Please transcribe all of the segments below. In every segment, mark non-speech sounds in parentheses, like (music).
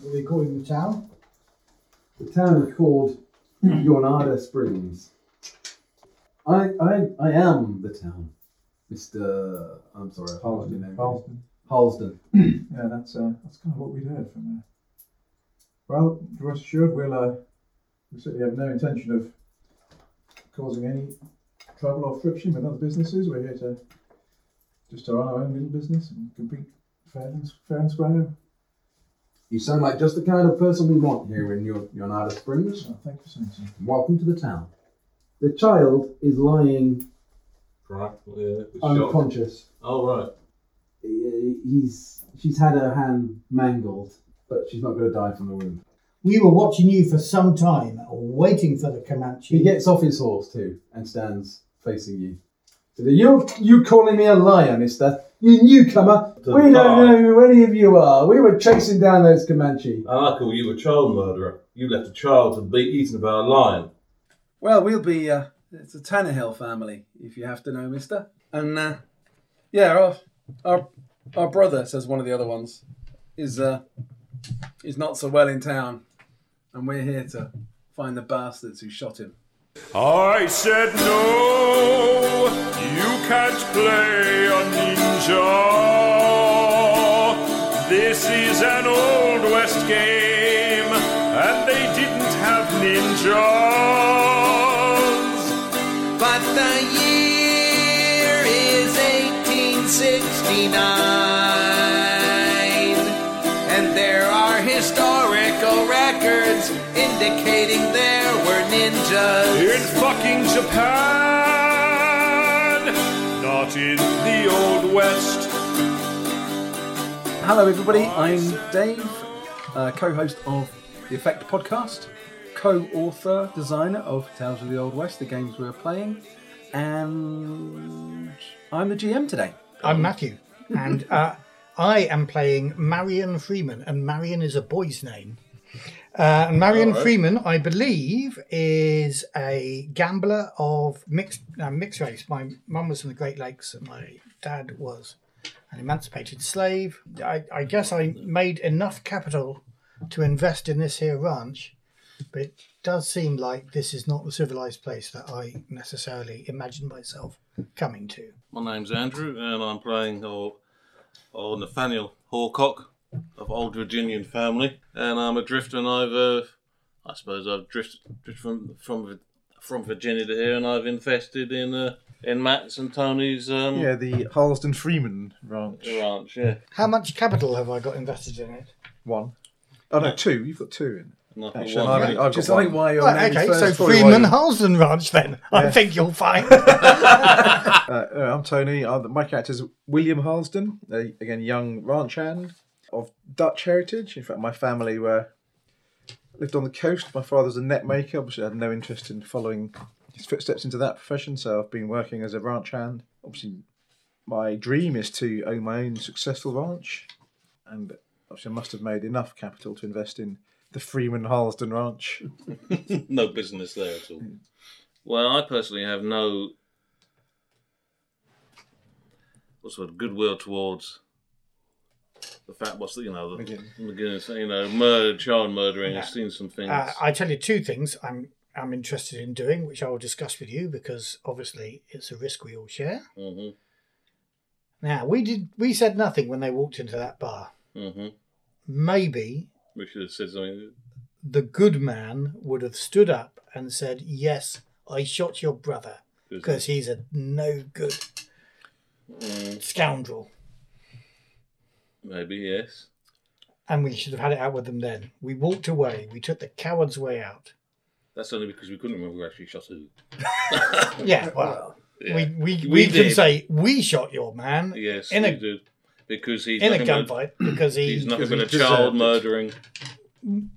What are they calling the town? The town is called Yonada Springs. I, I, I am the town, Mister. I'm sorry, I forgot your Halston. name. Halston. Halston. Yeah, that's uh, that's kind of what we'd heard from there. Well, rest assured, we'll uh, we certainly have no intention of causing any trouble or friction with other businesses. We're here to just to run our own little business and compete fair and, fair and square. You sound like just the kind of person we want here in Yon- Yonada Springs. So Oh, thank you for saying so. Welcome to the town. The child is lying Right. Yeah, it was shot. unconscious. Oh, right. He- He's she's had her hand mangled, but she's not going to die from the wound. We were watching you for some time, waiting for the Comanche. He gets off his horse too and stands facing you. So the- You you calling me a liar, Mister? You newcomer. To we the don't bar. know who any of you are. We were chasing down those Comanche. I like all Ah, you a child murderer. You left a child to be eaten by a lion. Well, we'll be. Uh, it's a Tannehill family, if you have to know, Mister. And uh, yeah, our, our our brother says one of the other ones is uh, is not so well in town, and we're here to find the bastards who shot him. I said no, you can't play a ninja. This is an old west game, and they didn't have ninjas. But the year is 1869, and there are historical records indicating there were In ninjas. fucking Japan, not in the old west. Hello, everybody. I'm Dave, uh, co-host of the Effect Podcast, co-author, designer of Tales of the Old West, the games we're playing, and I'm the GM today. I'm Matthew, and uh, I am playing Marion Freeman, and Marion is a boy's name. Uh, and Marion Freeman, I believe, is a gambler of mixed uh, mixed race. My mum was from the Great Lakes, and my dad was an emancipated slave. I, I guess I made enough capital to invest in this here ranch, but it does seem like this is not the civilized place that I necessarily imagined myself coming to. My name's Andrew, and I'm playing old, old Nathaniel Horcock of old Virginian family, and I'm a drifter, and I've, uh, I suppose, I've drifted, drifted from from from Virginia to here, and I've invested in uh, in Matt's and Tony's um, Yeah, the Harleston Freeman Ranch. ranch. Yeah, How much capital have I got invested in it? One. Oh no, two. You've got two in. and I've got Actually, one I've, ranch. only- I've Just got I think one. why your Right, name okay, first. so probably Freeman why- Halsden Ranch then. I think you'll (laughs) find. Uh, uh, I'm Tony. i my character's William Harleston, a, again, young ranch hand of Dutch heritage. In fact, my family were lived on the coast. My father was a net maker. Obviously, I had no interest in following his footsteps into that profession, so I've been working as a ranch hand. Obviously, my dream is to own my own successful ranch, and obviously, I must have made enough capital to invest in the Freeman Harleston Ranch. no business there at all. Well, I personally have no what's the word goodwill towards the fact what's the you know the Again. McGinnis, you know murder child murdering. I've seen some things. Uh, I tell you two things I'm I'm interested in doing, which I will discuss with you because obviously it's a risk we all share. mm-hmm, Now we did we said nothing when they walked into that bar. mm-hmm. Maybe We should have said something. the good man would have stood up and said, "Yes, I shot your brother because he's a no good Mm. scoundrel," Maybe yes. and we should have had it out with them then. We walked away. We took the coward's way out. That's only because we couldn't remember who actually shot who. Yeah, well, we we, we, We can did. say we shot your man Yes, in we a did because he's in a nothing but- gunfight because he He's because nothing but he a deserved child it. murdering.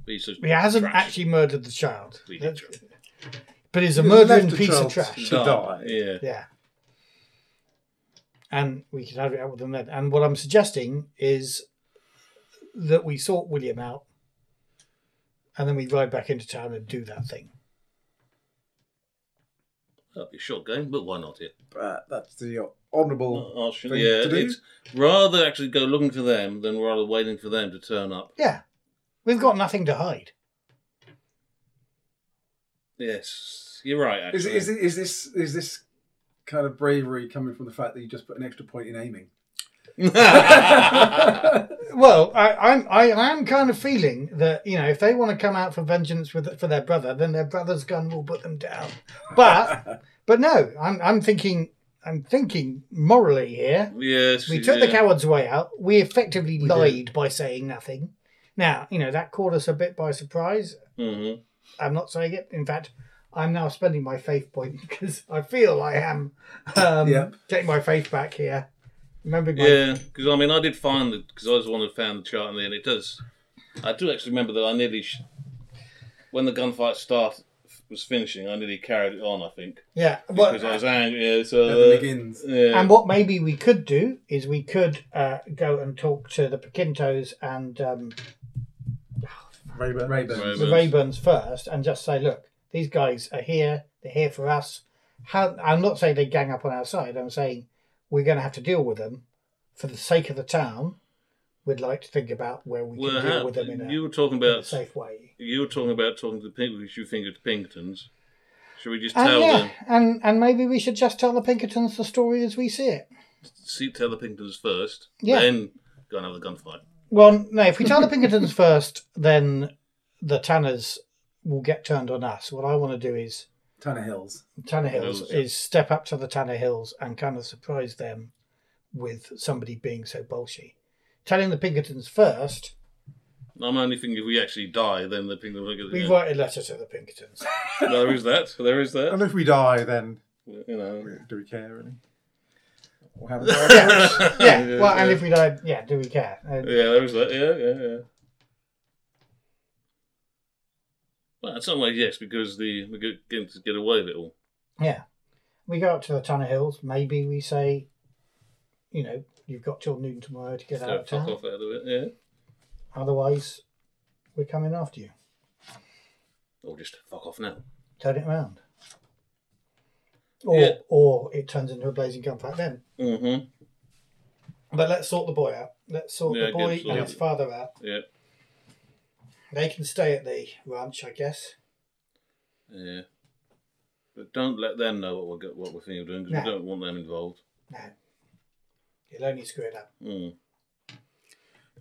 Piece of Mm. He hasn't trash. actually murdered the child, Piece of That's- trash. but he's a He murdering left the piece child of trash. to die. Yeah. Yeah, and we can have it out with them then. And what I'm suggesting is that we sort William out, and then we ride back into town and do that thing. That'd be a short game, but why not? Yeah. Uh, that's the honourable Oh, should- thing yeah, to do. it's rather actually go looking for them than rather waiting for them to turn up. Yeah, We've got nothing to hide. Yes, you're right. Actually, Is, is, is this is (laughs) this kind of bravery coming from the fact that you just put an extra point in aiming? Well, I, I'm I am kind of feeling that you know if they want to come out for vengeance with for their brother, then their brother's gun will put them down. (laughs) But but no, I'm I'm thinking I'm thinking morally here. (laughs) yes, We took the yeah. coward's way out. We effectively lied by saying nothing. Now you know that caught us a bit by surprise. Mhm. I'm not saying it. In fact, I'm now spending my faith point (laughs) because I feel I am um, Yeah. getting my faith back here. Remembering my Yeah, because I mean, I did find the because I was the one who found the chart in there, and it does. I do actually remember that I nearly, sh- when the gunfight start was finishing, I nearly carried it on. I think yeah. because Well, I was angry. Yeah, so At the uh, McGinn's. yeah. And what maybe we could do is we could uh, go and talk to the Paquintos and um, Rayburn. Rayburn. Rayburn. the Rayburns first and just say, look, these guys are here. They're here for us. How, I'm not saying they gang up on our side. I'm saying we're going to have to deal with them for the sake of the town. We'd like to think about where we well, can deal how- with them in a, you were talking in a about safe way. you were talking about talking to the people because you think it's Pinkertons. Should we just And tell Uh, yeah, them? and, and maybe we should just tell the Pinkertons the story as we see it. See, tell the Pinkertons first, Yeah. then go and have the gunfight. Well, no, if we (laughs) tell the Pinkertons first, then the Tanners will get turned on us. What I want to do is Ton of hills. Tanner Hills Hills, yeah. is step up to the Tanner Hills and kind of surprise them with somebody being so bolshy. Telling the Pinkertons first, I'm only thinking if we actually die, then the Pinkertons. we Yeah. write a letter to the Pinkertons. there is that. There is that. (laughs) And if we die, then You know. do we care really? We'll (laughs) have a yeah, (laughs) well, and if we don't, yeah, do we care? Uh, Yeah, there was that. Yeah, yeah, yeah. Well, in some ways, yes, because the we get, get to get away with it all. yeah. We go up to the Tanner Hills. Maybe we say, you know, you've got till noon tomorrow to get So out of fuck town. off out of it, yeah. Otherwise, we're coming after you. Or just fuck off now. turn it around. Or, Yeah. or it turns into a blazing gunfight then. Mm-hmm. But let's sort the boy out. Let's sort Yeah, the get boy sorted. and his father out. Yeah, They can stay at the ranch, I guess. yeah. But don't let them know what we're go- what we're thinking of doing because we No. don't want them (laughs) involved. He'll only screw it up. Mm.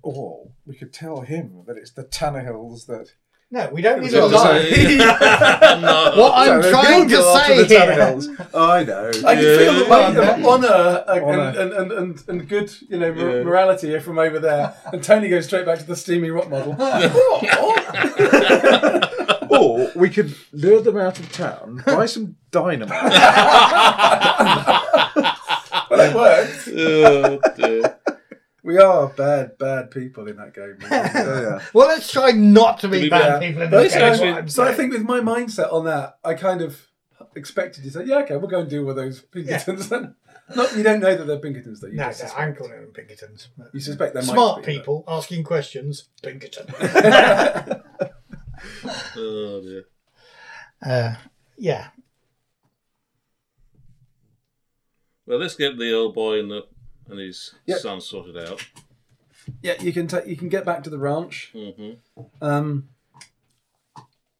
Or we could tell him that it's the Tannehills that. No, we don't need So- a lie. (laughs) no. What I'm So trying he'll to go after say the here. Tannehills. (laughs) I know. I can feel the weight of Yeah. honour and, Honour. and, and, and, and good, you know, mor- morality here from over there. And Tony goes straight back to the steamy rock model. or we could lure them out of (laughs) town, buy some dynamite. well, it worked. Oh, dear. We are bad, bad people in that game. Oh, yeah. Well, let's try not to be be bad bad. people in But this so, game. actually- what I'm so I saying. think with my mindset on that, I kind of expected to say, yeah, okay, we'll go and deal with those Pinkertons. Not, you don't know that they're Pinkertons, though. You, No, just no, suspect, I'm calling them Pinkertons. you suspect they're Smart people asking questions, Pinkerton. (laughs) Oh, dear. uh, yeah. Well, let's get the old boy and the and his Yep. son sorted out. Yeah, you can ta- you can get back to the ranch. Mm-hmm. Um,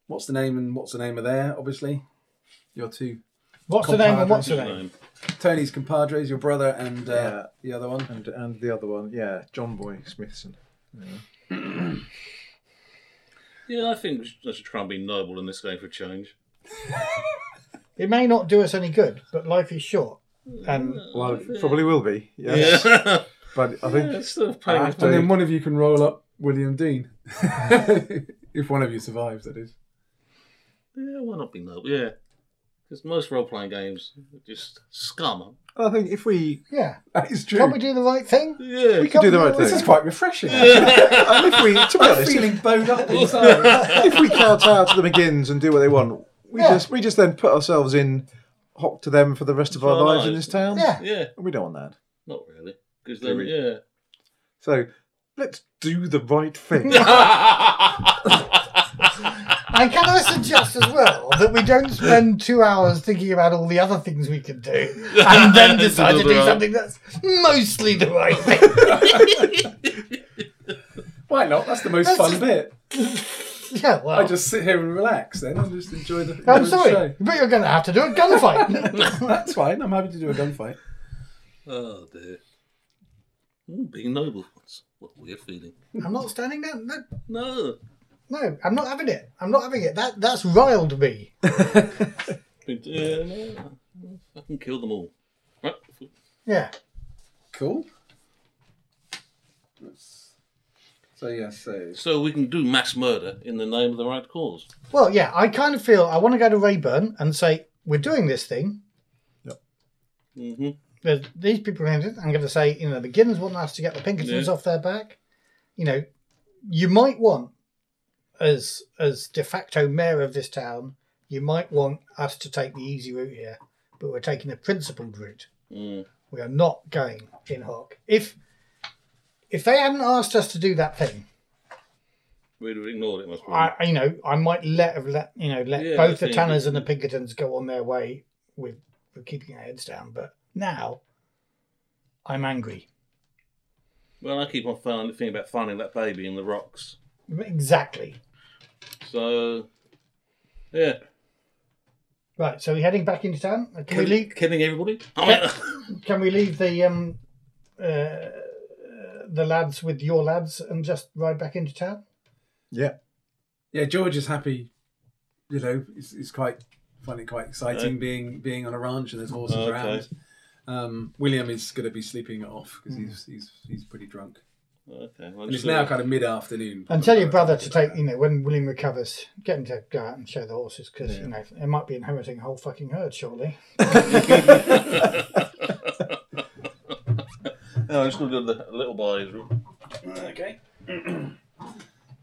what's the name and what's the name of there? Obviously, your two What's the name and what's Um, the name? Tony's compadres, your brother and uh, Yeah. the other one. and and the other one, yeah, John Boy Smithson. Yeah, I think we should, I should try and be noble in this game for a change. It may not do us any good, but life is short. And Well, it probably will be. Yes. Yeah. (laughs) But I Yeah, think it's sort of I paying have And then to- one of you can roll up William Dean, (laughs) if one of you survives. That is. Yeah, why not be noble? Yeah. Because most role playing games are just scum. I think if we yeah, That is true. can't we do the right thing? Yeah. we could do the right This thing, is quite (laughs) refreshing. and if we, to be honest, Feeling bowed up inside. (laughs) if we kowtow out to the McGinns and do what they want, we Yeah. just we just then put ourselves in hock to them for the rest of our our lives lives. in this town. Yeah. Yeah, and we don't want that. not really. Because then, we- yeah. So let's do the right (laughs) thing. And can I suggest as well that we don't spend two hours thinking about all the other things we can do and then decide to do something that's (laughs) mostly the right thing? Why not? That's the most fun bit. Yeah, well. I just sit here and relax then and just enjoy the. enjoy Oh, I'm the sorry, but you're going to have to do a gunfight. (laughs) show. That's fine. I'm happy to do a gunfight. Oh dear. Ooh, being noble. That's what a weird feeling. I'm not standing down. No, No. no, I'm not having it. I'm not having it. That That's riled me. Yeah, no. I can kill them all. Right. Yeah. Cool. Let's- So yeah, so So we can do mass murder in the name of the right cause. Well, yeah, I kind of feel I want to go to Rayburn and say, we're doing this thing. hmm There's these people in it. I'm going to say, you know, the Giddens want us to get the Pinkertons Yeah. off their back. You know, you might want, as as de facto mayor of this town, you might want us to take the easy route here, but we're taking the principled route. Mm. We are not going in hoc. If if they hadn't asked us to do that thing, We'd have ignored it, must be. I I- you know I might let have let you know let Um, Yeah, both the I think- Tanners and the Pinkertons go on their way with with keeping our heads down. But now, I'm angry. Well, I keep on finding the thing about finding that baby in the rocks. Exactly. So, yeah. Right, so we're heading back into town. Can, we Kill- leave? Killing everybody? I Yeah. mean, Can we leave the um, uh, the lads with your lads and just ride back into town? Yeah. yeah, George is happy. You know, it's, it's quite find it quite exciting being being on a ranch and there's horses Oh, Okay. around. Um, William is going to be sleeping it off because Hmm. he's he's he's pretty drunk. (laughs) okay. And well, it's just- now kind of mid afternoon. And tell your brother to take, you know, when William recovers, get him to go out and show the horses because, you know, it might be inheriting a whole fucking herd shortly. No, I'm just going to do the little boys. Okay.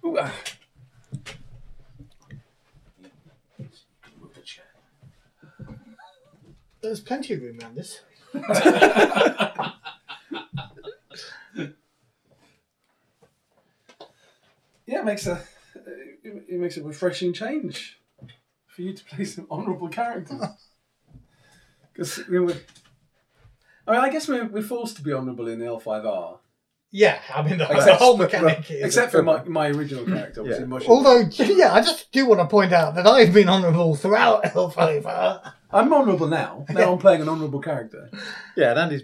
Ooh, ah. There's plenty of room around this. yeah, it makes a it, it makes a refreshing change for you to play some honourable (laughs) characters. Because we were, I mean, I guess we're, we're forced to be honourable in the L5R, Yeah, I mean, (laughs) the, the Except- whole mechanic is. except for my, my original character, obviously. Yeah. Moshe. (laughs) Although, yeah, I just do want to point out that I've been honourable throughout L5R. I'm honourable now. Now I'm playing an honourable character. Yeah, and (laughs) Andy's.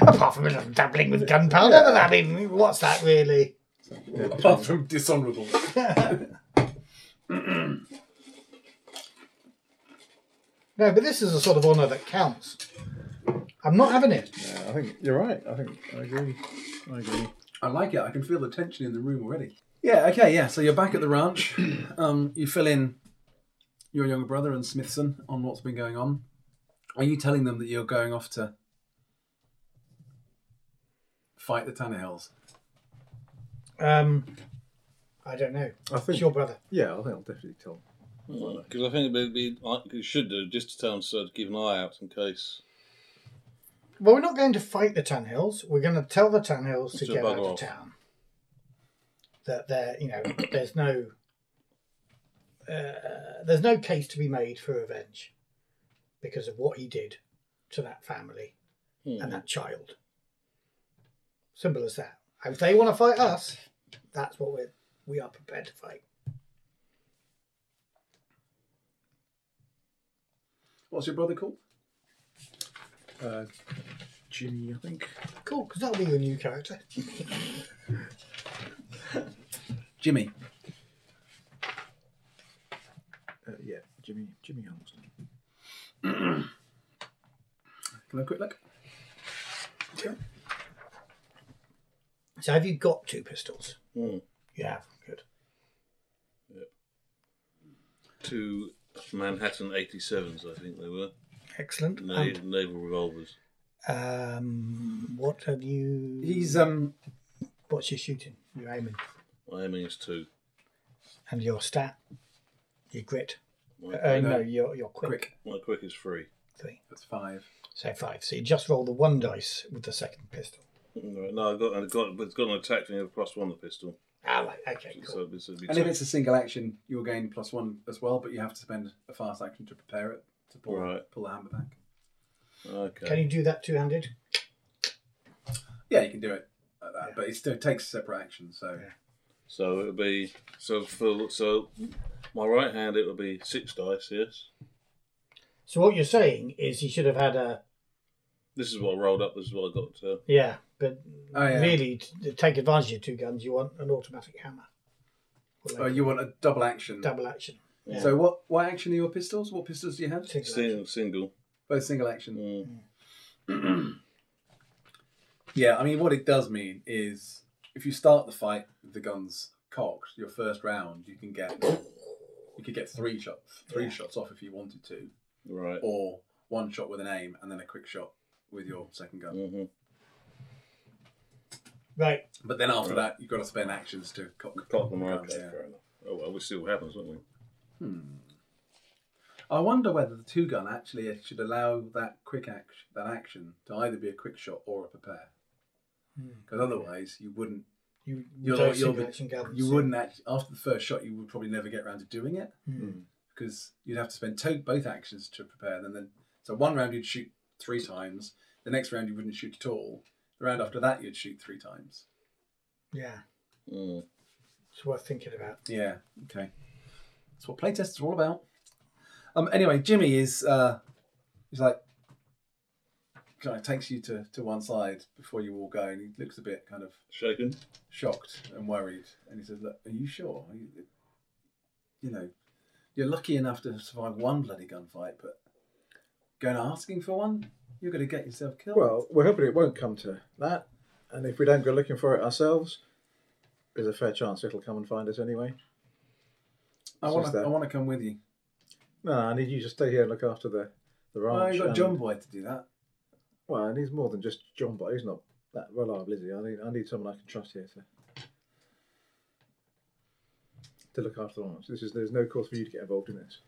Apart from a little dabbling with gunpowder, but I mean, what's that really? (laughs) apart from dishonourable. No, but this is a sort of honour that counts. I'm not having it. I think you're right. I think I agree. I agree. I like it. I can feel the tension in the room already. Yeah. Okay. Yeah. So you're back at the (clears throat) ranch. Um, you fill in your younger brother and Smithson on what's been going on. Are you telling them that you're going off to fight the Tannehills? Um, I don't know. I think. It's your brother. Yeah, I think I'll definitely tell. Because I think it would be, like you should do, just to tell them so to keep an eye out in case. Well, we're not going to fight the Tannhills. We're going to tell the Tannhills to Just get bugger out of off. town. That there, (coughs) you know, there's no, uh, there's no case to be made for revenge because of what he did to that family and Hmm. that child. Simple as that. If they want to fight us, that's what we're we are prepared to fight. What's your brother called? Uh, Jimmy, I think. Cool, because that'll be your new character. Jimmy. Uh, yeah, Jimmy. (clears throat) Jimmy Holston. Can I have a quick look? So have you got two pistols? Hmm. Yeah, good. Two Manhattan 87s, I think they were. Excellent. Na- And, naval revolvers. um, what have you? He's um. What's your shooting? Your aiming My aiming is two. and your stat, your grit. My, Uh, quick- no, your your quick, Quick. my quick is three. three. That's five. So five. So you just roll the one dice with the second pistol. No, I've got, I've got, it's got an attack thing of plus one, the pistol. Ah, right. Okay. Cool. So it's, it'd be And two. if it's a single action, you'll gain plus one as well, but you have to spend a fast action to prepare it to pull Right. pull the hammer back. okay. Can you do that two-handed? Yeah, you can do it. like that, but it still takes separate action. So So it would be so for so my right hand it would be six dice. Yes, So what you're saying is he should have had a this is what I rolled up. This is what I got. uh, So yeah, but Oh, yeah. really t- to take advantage of your two guns, you want an automatic hammer. Or like oh, you want a double action. double action. Yeah. So what? What action are your pistols? What pistols do you have? Single action. single, single. Both single action. Mm. (clears throat) Yeah, I mean, what it does mean is if you start the fight with the guns cocked, your first round, you can get you could get three shots, three shots off if you wanted to, Right. or one shot with an aim and then a quick shot with your second gun. Mhm. Right. But then after that, you've got to spend actions to cock, Clock them. guns, Okay. yeah. Hmm. Fair enough. Oh well, we see what happens, won't we? I wonder whether the two gun actually should allow that quick action, that action to either be a quick shot or a prepare, because otherwise you wouldn't You you You'll- don't you'll single be- action guns. you wouldn't act after the first shot you would probably never get around to doing it Hmm. because you'd have to spend to- both actions to prepare then then so one round you'd shoot three times the next round you wouldn't shoot at all the round after that you'd shoot three times Yeah. Mm. It's worth thinking about. yeah okay that's what playtests are all about um anyway jimmy is uh he's like kind of takes you to to one side before you all go and he looks a bit kind of Shaken. shocked and worried, and he says, "Look, are you sure? Are you, you know, you're lucky enough to survive one bloody gunfight, but going asking for one, you're going to get yourself killed." Well, we're hoping it won't come to that, and if we don't go looking for it ourselves, there's a fair chance it'll come and find us anyway. I it's want just to, that- I want to come with you. No, I need you to stay here and look after the the Oh, ranch. you got and- John Boy to do that. Well, and he's more than just John Boy. He's not that reliable, is he? I need I need someone I can trust here to to look after the ranch. This is there's no cause for you to get involved in this.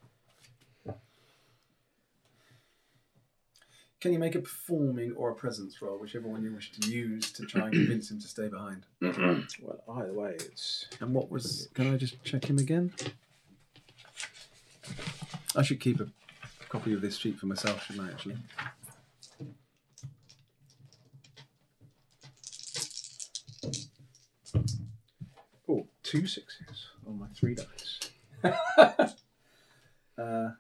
Can you make a performing or a presence roll, whichever one you wish to use, to try and convince him to stay behind? Well, either way, it's And what was? Can I just check him again? I should keep a copy of this sheet for myself, shouldn't I? Actually. oh two sixes on my three dice. Uh,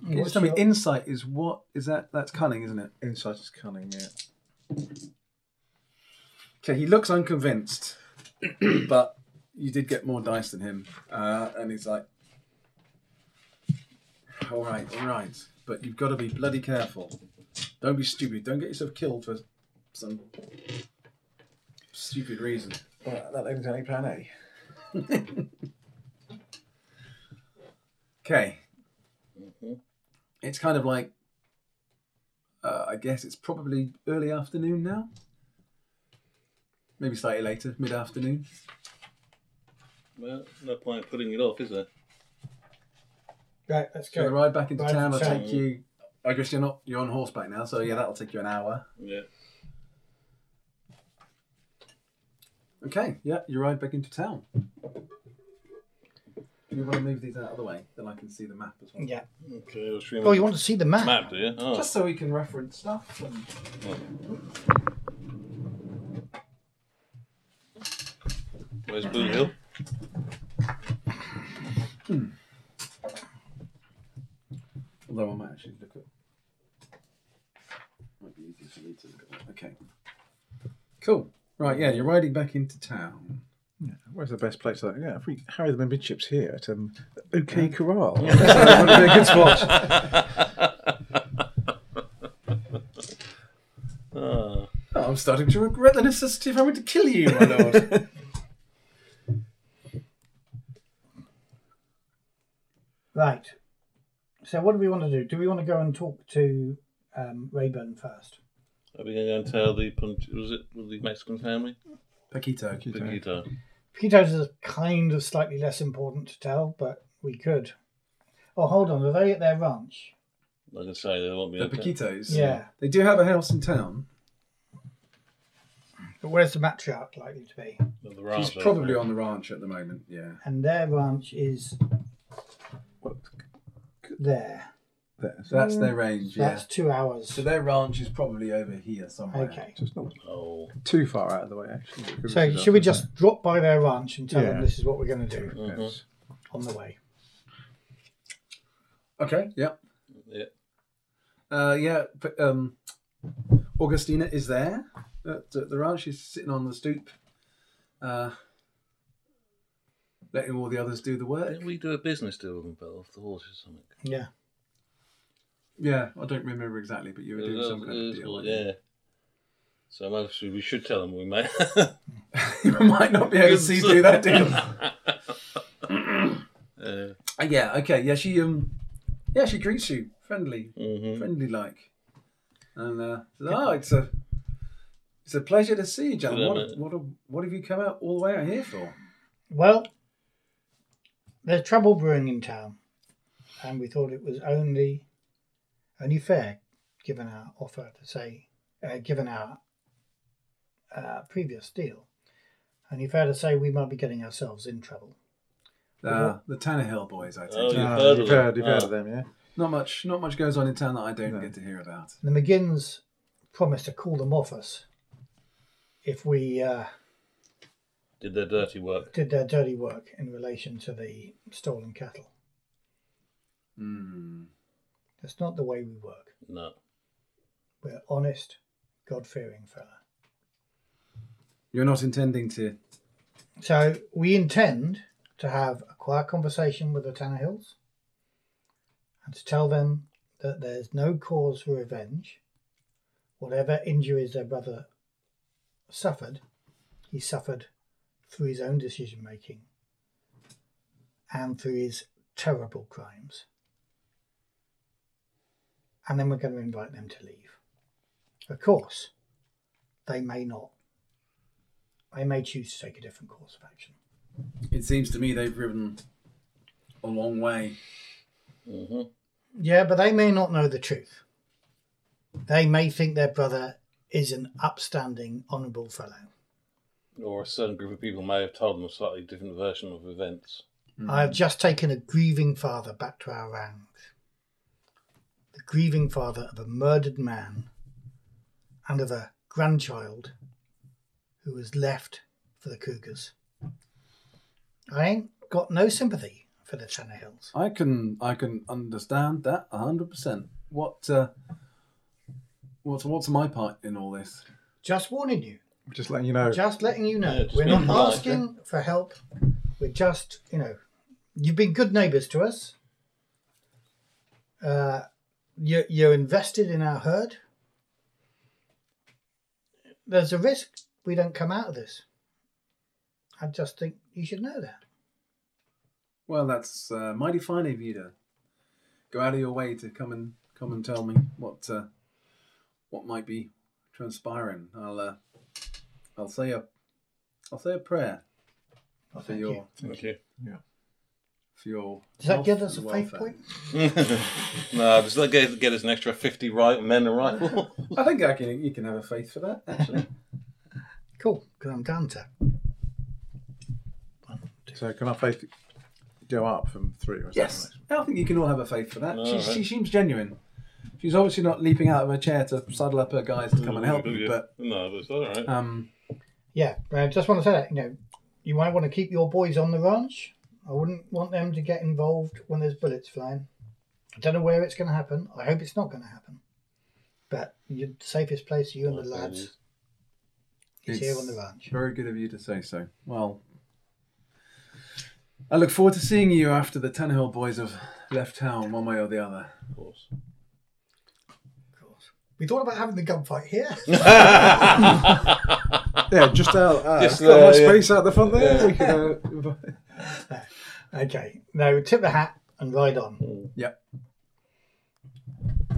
What's just tell me, your- insight is what is that? That's cunning, isn't it? Insight is cunning. Yeah. Okay, he looks unconvinced, (clears throat) but you did get more dice than him, uh, and he's like, "All right, all right, but you've got to be bloody careful. Don't be stupid. Don't get yourself killed for some stupid reason." Well, that leaves only plan A. Okay. It's kind of like, uh, I guess it's probably early afternoon now. Maybe slightly later, mid afternoon. Well, no point in putting it off, is there? Right, let's So the go. ride back into Ride town will to town. take you. I guess you're not you're on horseback now, so yeah, that'll take you an hour. Yeah. Okay, yeah, you ride back into town. Do you want to move these out of the way? Then I can see the map as well. Yeah. Okay. I'll stream Oh, you want to see the map? map, do you? Oh. Just so we can reference stuff. And... Where's Blue Hill? Although I might actually look at. Might be easier for me to look at that. Okay. Cool. Right, yeah, you're riding back into town. Where's the best place? Like, yeah, if we harry the Mimpin chips here at um, OK Corral, that would be a good spot. (laughs) Ah. Oh, I'm starting to regret the necessity of having to kill you, my (laughs) lord. Right. So what do we want to do? Do we want to go and talk to um, Rayburn first? Are we going to go and tell the Pun- was it with the Mexican family? Paquito. Paquito. Piquitos is kind of slightly less important to tell, but we could. Oh, hold on. Are they at their ranch? Like I say, they won't be. The okay. Paquitos. Yeah. They do have a house in town. But where's the matriarch likely to be? The He's Rams, I probably think. on the ranch at the moment, yeah. And their ranch is there. There's. So that's their range, yeah. Mm. That's two hours. So their ranch is probably over here somewhere. okay. So it's not Oh, too far out of the way, actually. So should we just drop by their ranch and tell Yeah. them this is what we're going to do Mm-hmm. Yes. on the way? Okay. Yeah. Yeah. Uh, yeah. But, um, Augustina is there at the the ranch. She's sitting on the stoop, uh, letting all the others do the work. didn't we do a business deal with them, Bill, off the horse or something? Yeah. Yeah, I don't remember exactly, but you were It doing was- some kind it of was- deal. weren't you? yeah. So obviously we should tell them we may. (laughs) (laughs) you might not be able to see through that deal. Uh, Uh, yeah. Okay. Yeah. She um. Yeah, she greets you friendly, mhm. friendly like, and uh, says, "Oh, it's a, it's a pleasure to see you, gentlemen. What, what, what have you come out all the way out here for?" Well, there's trouble brewing in town, and we thought it was only only fair, given our offer to say, uh, given our uh, previous deal, only fair to say we might be getting ourselves in trouble. Uh, the Tannehill boys, I Oh, think. Uh, yeah. Ah, you've You've heard of them. heard, you've heard Ah. of them, yeah. Not much, not much goes on in town that I don't No. get to hear about. The McGinns promised to call them off us if we uh, Did their dirty work. did their dirty work in relation to the stolen cattle. Hmm. That's not the way we work. No. We're honest, God-fearing fella. You're not intending to. So we intend to have a quiet conversation with the Tannehills and to tell them that there's no cause for revenge. Whatever injuries their brother suffered, he suffered through his own decision making and through his terrible crimes. And then we're going to invite them to leave. Of course, they may not. They may choose to take a different course of action. It seems to me they've ridden a long way. hmm Yeah, but they may not know the truth. They may think their brother is an upstanding, honourable fellow. Or a certain group of people may have told them a slightly different version of events. I have just taken a grieving father back to our ranks. The grieving father of a murdered man and of a grandchild who was left for the Cougars. I ain't got no sympathy for the Tannehills. I can, I can understand that hundred percent. What, uh, what's, what's my part in all this? Just warning you. We're just letting you know. Just letting you know, Yeah, just we're not being polite, asking for help. We're just, you know, you've been good neighbours to us. Uh, you're, you're invested in our herd. There's a risk we don't come out of this. I just think you should know that. Well, that's uh, mighty fine of you to go out of your way to come and come and tell me what uh, what might be transpiring. I'll uh, I'll say a I'll say a prayer Well, for thank your you. Thank you. for your. Does that health give us a and faith welfare. point? no, does that get, get us an extra 50 right (laughs) men and rifle? I think I can. You can have a faith for that. Actually, Cool, because I'm down to. So can our faith go up from three or something? yes, I think you can all have a faith for that. She, Alright. she seems genuine. She's obviously not leaping out of her chair to saddle up her guys to come and help you, but No, but it's all right. um, Yeah, but I just want to say that, you know, you might want to keep your boys on the ranch. I wouldn't want them to get involved when there's bullets flying. I don't know where it's going to happen. I hope it's not going to happen. But the safest place for you and the Well, lads is here on the ranch. Very good of you to say so. Well, I look forward to seeing you after the Tannehill boys have left town, one way or the other. of course. We thought about having the gunfight here. (laughs) Yeah, just out. Uh, Just just got a nice there, yeah. space out the front there. We (laughs) could, uh, okay, now tip the hat and ride on.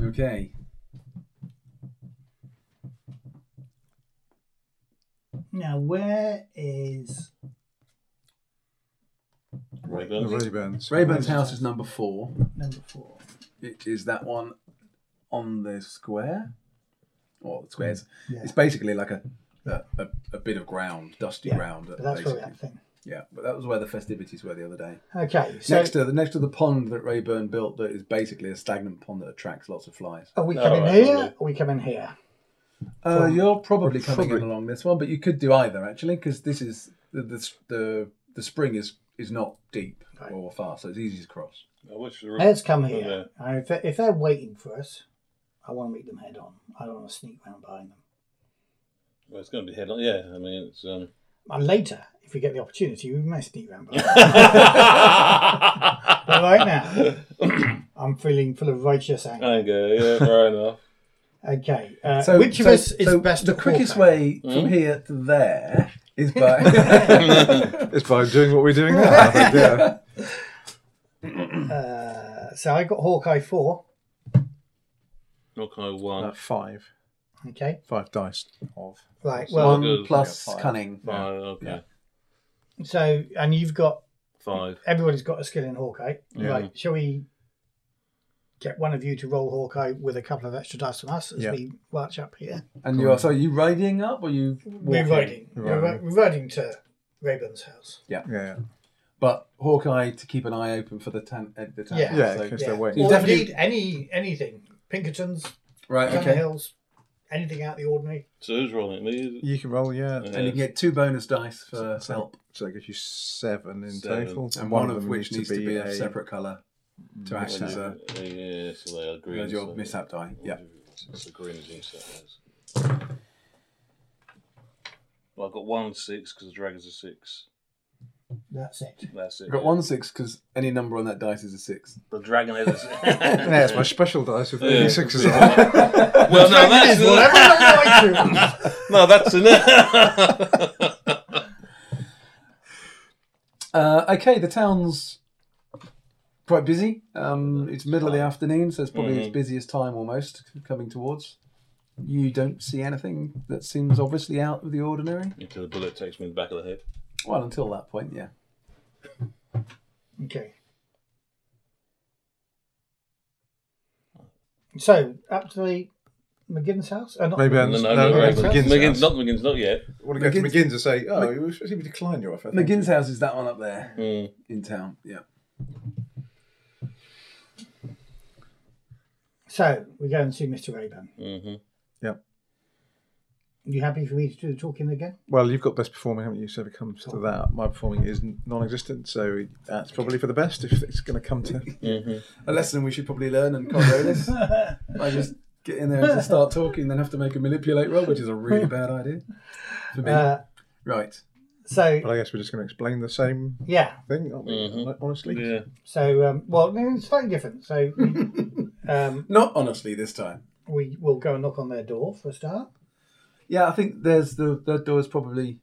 Okay. Now, where is. the Rayburn. Rayburn's. Rayburn's house is number four. Number four. It is that one on the square. Well, the squares. Yeah. It's basically like a a, a, a bit of ground, dusty Yeah, ground. But that's where basically. that thing. Yeah, but that was where the festivities were the other day. Okay, so next to the next to the pond that Rayburn built, that is basically a stagnant pond that attracts lots of flies. are we coming Oh, right, here? Or are we coming here? Uh, you're probably coming probably- in along this one, but you could do either actually, because this is the the the, the spring is is not deep or far, so it's easy to cross. I wish there Let's come Yeah. here. And if, they're, if they're waiting for us, I want to meet them head on. I don't want to sneak round behind them. Well, it's going to be headline. Yeah, I mean, it's. Um... And later, if we get the opportunity, we may sneak round behind them. but right now, I'm feeling full of righteous anger. Anger, yeah, fair (laughs) enough. Okay, uh, which of us is so best? The at quickest way walking? from here to there is (laughs) by. It's by doing what we're doing now. I think, yeah. Uh, so I got Hawkeye four. Hawkeye one, Uh, five, Okay, five dice of. right. Well, One plus cunning. five, okay, so and you've got five. everybody's got a skill in Hawkeye. Right? Shall we get one of you to roll Hawkeye with a couple of extra dice from us as Yeah. we march up here? And you are so are you riding up or you We're walking? riding. Right. We're, ri- we're riding to Rayburn's house. Yeah, But Hawkeye to keep an eye open for the tan- uh, the tan- Yeah. yeah, so- because they're waiting. You Or definitely- indeed any anything Pinkertons, right. Tanner Okay. Hills, anything out of the ordinary. So who's rolling? Me? is it? You can roll, yeah. And you can get two bonus dice for help, So that gives you seven in Seven. total, and one, of them which needs to be, a separate color to act as a Yeah, yeah, so they are green. as your so- mishap die. Yeah. It's the green as you set those. Well, I've got one six because the dragons are six. That's it. That's it. I've got one six because any number on that dice is a six. (laughs) The dragon is. Yeah, (laughs) it's my special dice with Yeah. yeah. sixes on. it. well, no, that's Well, everyone likes you. (laughs) no, that's enough. Uh, okay, the town's quite busy. Um, it's middle of the afternoon, so it's probably Mm-hmm. its busiest time almost coming towards. You don't see anything that seems obviously out of the ordinary. (laughs) Until the bullet takes me in the back of the head. Well, until that point, yeah. Okay. So up to the McGinn's house. Uh, not Maybe No, I'm no, just, no, no, no, no, McGinn's McGinn's. McGinn's, house. not McGinn's, not yet. Want to go to McGinn's- McGinn to say, oh, we were supposed to decline your offer. thank you." McGinn's house is that one up there Mm. in town. Yeah. So we go and see Mr. Rayburn. Mm-hmm. You happy for me to do the talking again? Well, you've got best performing, haven't you? So if it comes to that, my performing is non-existent. So that's probably for the best if it's going to come to. (laughs) A lesson we should probably learn and can't do this. I just get in there and just start talking, then have to make a manipulate roll, which is a really bad idea for me. Uh, right. so But I guess we're just going to explain the same yeah. thing, aren't we? Honestly, Mm-hmm. Yeah. So um, well, no, it's slightly different. So (laughs) um, Not honestly this time. we will go and knock on their door for a start. Yeah, I think there's the that door is probably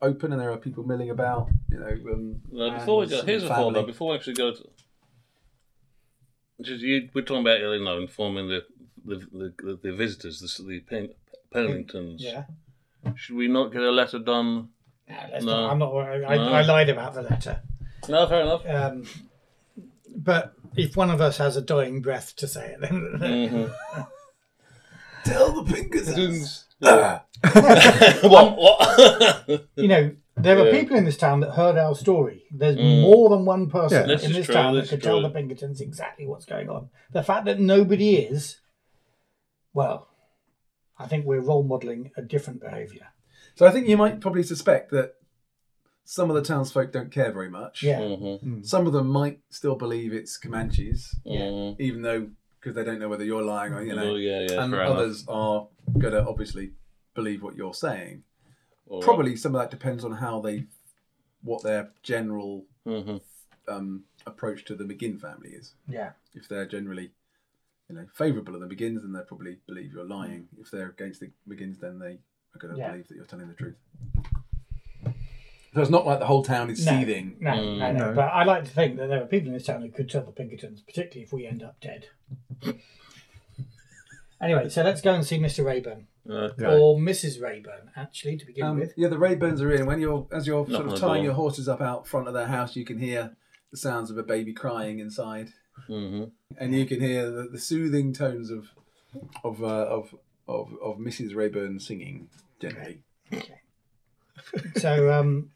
open, and there are people milling about. You know, um, Now, before we and go, some here's a thought family. though. Before we actually go to, just you, we're talking about you know informing the the the, the, the visitors, the, the Pen, Penningtons. Yeah. Should we not get a letter done? No, that's No. Not, I'm not. I, No. I lied about the letter. No, fair enough. Um, but if one of us has a dying breath to say it, then (laughs) Mm-hmm. (laughs) Tell the fingers. (laughs) what? What? you know, there are people in this town that heard our story. There's more than one person Yeah. Mm. This in is this true, town this that is could true. tell the Pinkertons exactly what's going on. The fact that nobody is, well, I think we're role modelling a different behaviour. So I think you might probably suspect that some of the townsfolk don't care very much. Yeah. Mm. Mm-hmm. Some of them might still believe it's Comanches, yeah. even though because they don't know whether you're lying or you know. Well, Mm-hmm. yeah, yeah, and fair enough. others are going to obviously believe what you're saying. All right. Probably some of that depends on how they, what their general Mhm. um, approach to the McGinn family is. Yeah. If they're generally, you know, favourable of the McGinns, then they probably believe you're lying. Mm. If they're against the McGinns, then they are going to Yeah. believe that you're telling the truth. So it's not like the whole town is No, seething. No, no, no, But I like to think that there are people in this town who could tell the Pinkertons, particularly if we end up dead. anyway, so let's go and see Mr. Rayburn. Uh, Or Mrs. Rayburn, actually, to begin Um, with. yeah, the Rayburns are in. When you're as you're sort my of tying door. your horses up out front of their house, you can hear the sounds of a baby crying inside, Mhm. and you can hear the, the soothing tones of of, uh, of of of Mrs. Rayburn singing gently. So, um,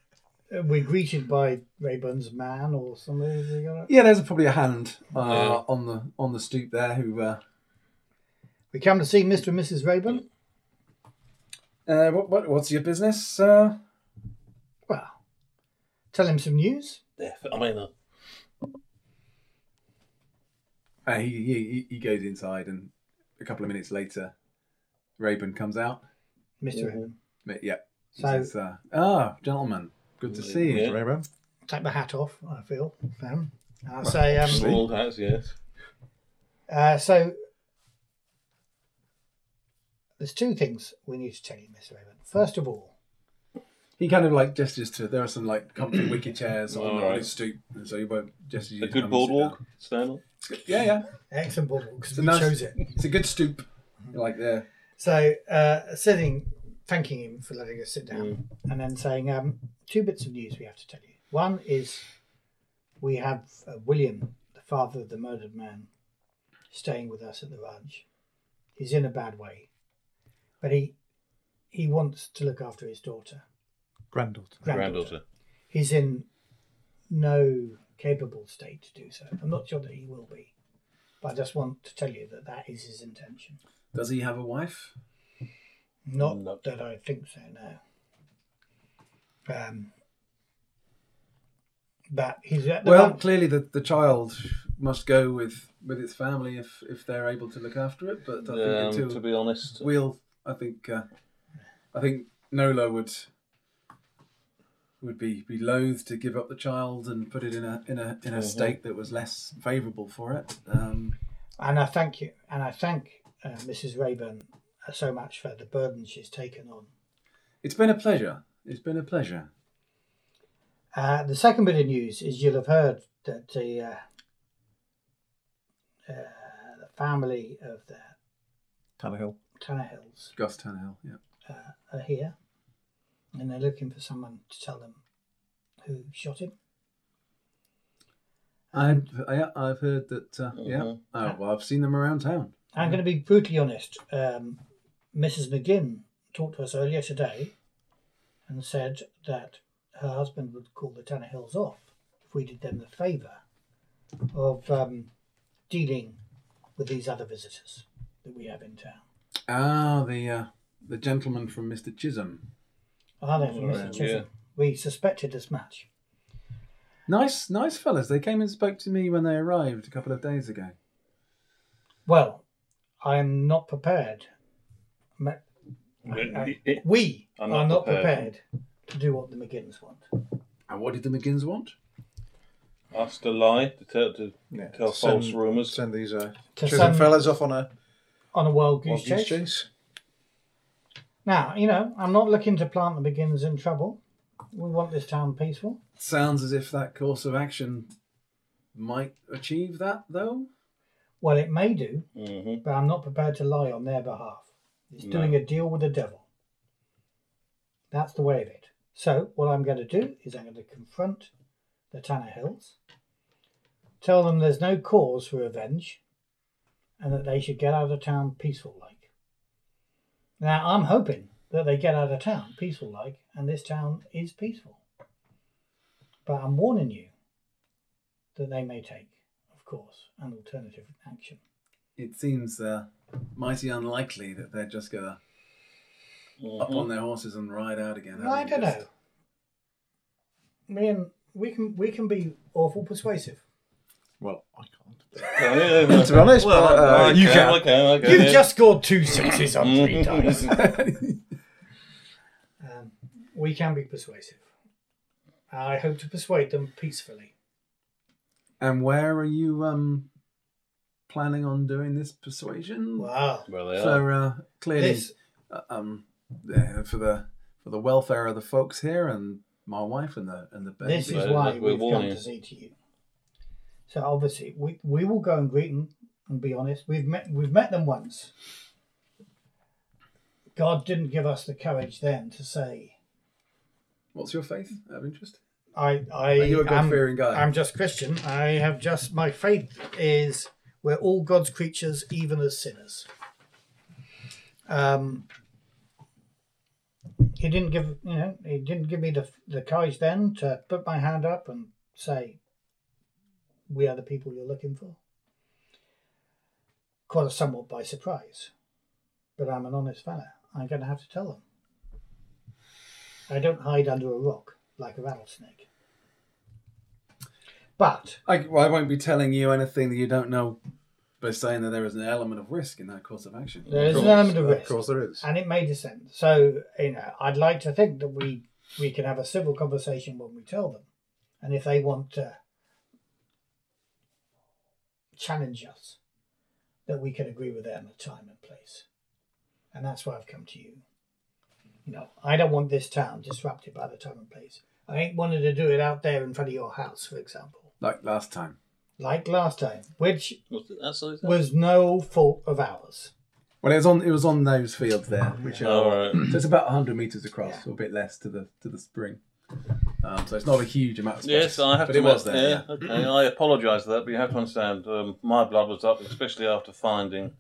uh, we're greeted by Rayburn's man or somebody. Is he gonna- Yeah, there's probably a hand uh, Yeah. on the on the stoop there who. Uh, We come to see Mr. and Mrs. Rayburn. uh, what, what what's your business? Uh, Well, tell him some news. Yeah, I mean, uh, uh, he, he he- he goes inside, and a couple of minutes later, Rayburn comes out. mister Rayburn, But, yeah, he So- says, uh, "Ah, gentlemen, good to see you." Mm, Yeah. Rayburn. take my hat off. I feel. Um, I say, um, bald hats, yes. uh, so there's two things we need to tell you, Mr. Rayburn. First of all, He kind of like gestures to. There are some like (clears throat) comfy wicker chairs on, the on Alright. his stoop, and so he won't gesture. you A to good come and sit boardwalk, down. stand on. It's good- Yeah, yeah. excellent boardwalk because It's a we nice- chose it. Mm-hmm. It's a good stoop. Like there. So uh, sitting, thanking him for letting us sit down, Mm. and then saying um, two bits of news we have to tell you. One is we have uh, William, the father of the murdered man, staying with us at the ranch. He's in a bad way, but he he wants to look after his daughter. Granddaughter. Granddaughter. He's in no capable state to do so. I'm not sure that he will be, but I just want to tell you that that is his intention. Does he have a wife? Not No. that I think so, no. Um, but he's at the Well, back. clearly the, the child must go with with its family if if they're able to look after it. But I think Um, until to be honest, we'll, I think uh, I think Nola would would be, be loath to give up the child and put it in a in a in a Mm-hmm. state that was less favourable for it. Um, and I thank you, and I thank uh, Mrs. Rayburn uh, so much for the burden she's taken on. it's been a pleasure. It's been a pleasure. Uh, the second bit of news is you'll have heard that the uh, uh, the family of the Tannehill. Tannehills Gus Tannehill. Yeah. are uh, here, and they're looking for someone to tell them who shot him. I, I I've heard that. Uh, Yeah. Oh, well, I've seen them around town. I'm going to be brutally honest. Um, Mrs. McGinn talked to us earlier today and said that her husband would call the Tannehills off if we did them the favour of um, dealing with these other visitors that we have in town. Ah, the uh, the gentleman from Mister Chisholm. Are they from yeah. Mr. Chisholm? We suspected as much. Nice, nice fellas. They came and spoke to me when they arrived a couple of days ago. Well, I am not prepared. Ma- We I'm are not not prepared. prepared to do what the McGinns want. And what did the McGinns want? us to lie, to tell, to Yeah. tell Send- false rumours. Send these uh, To chosen send- fellas off on a On a wild goose wild goose chase. chase. Now, you know, I'm not looking to plant the beginners in trouble. We want this town peaceful. Sounds as if that course of action might achieve that, though. Well, it may do, hmm but I'm not prepared to lie on their behalf. It's doing a deal with the devil. That's the way of it. So, what I'm going to do is I'm going to confront the Tanner Hills, tell them there's no cause for revenge, and that they should get out of town peaceful like. Now, I'm hoping that they get out of town peaceful like, and this town is peaceful. But I'm warning you that they may take, of course, an alternative action. It seems uh, mighty unlikely that they're just gonna up on their horses and ride out again. I having don't just- know. Me and we can we can be awful persuasive. Well, I can't. Oh, yeah, yeah. To be honest, well, but, uh, I you can, can. I can, I can, You've yeah. just scored two sixes on three dice. (laughs) um, we can be persuasive. I hope to persuade them peacefully. And where are you um, planning on doing this persuasion? Wow. Well, they are. for uh, clearly This uh, um uh, for the for the welfare of the folks here and my wife and the and the baby. this is Well, why we're we've come warning you. to see to you. So obviously we, we will go and greet them and be honest. We've met we've met them once. God didn't give us the courage then to say What's your faith out of interest? I, I Are you a am, God-fearing guy? I'm just Christian. I have just my faith is we're all God's creatures, even as sinners. Um, he didn't give you know he didn't give me the the cards then to put my hand up and say we are the people you're looking for caught us somewhat by surprise but i'm an honest fella i'm going to have to tell them i don't hide under a rock like a rattlesnake but I, well, I won't be telling you anything that you don't know by saying that there is an element of risk in that course of action. there is course, an element of Of risk course, there is. and it may descend. So you know, I'd like to think that we we can have a civil conversation when we tell them, and if they want to challenge us, that we can agree with them at time and place, and that's why I've come to you. You know, I don't want this town disrupted by the time and place. I ain't wanted to do it out there in front of your house, for example, Like last time. like last time, which What's that? That's what it's- was no fault of ours. Well, it was on it was on those fields there, which are All (clears throat) right. so it's about hundred meters across, or a bit less to the to the spring. Um, so it's not a huge amount of space. Yes, I have but to. it was admit- there. Yeah, okay. I apologise for that, but you have to understand, um, my blood was up, especially after finding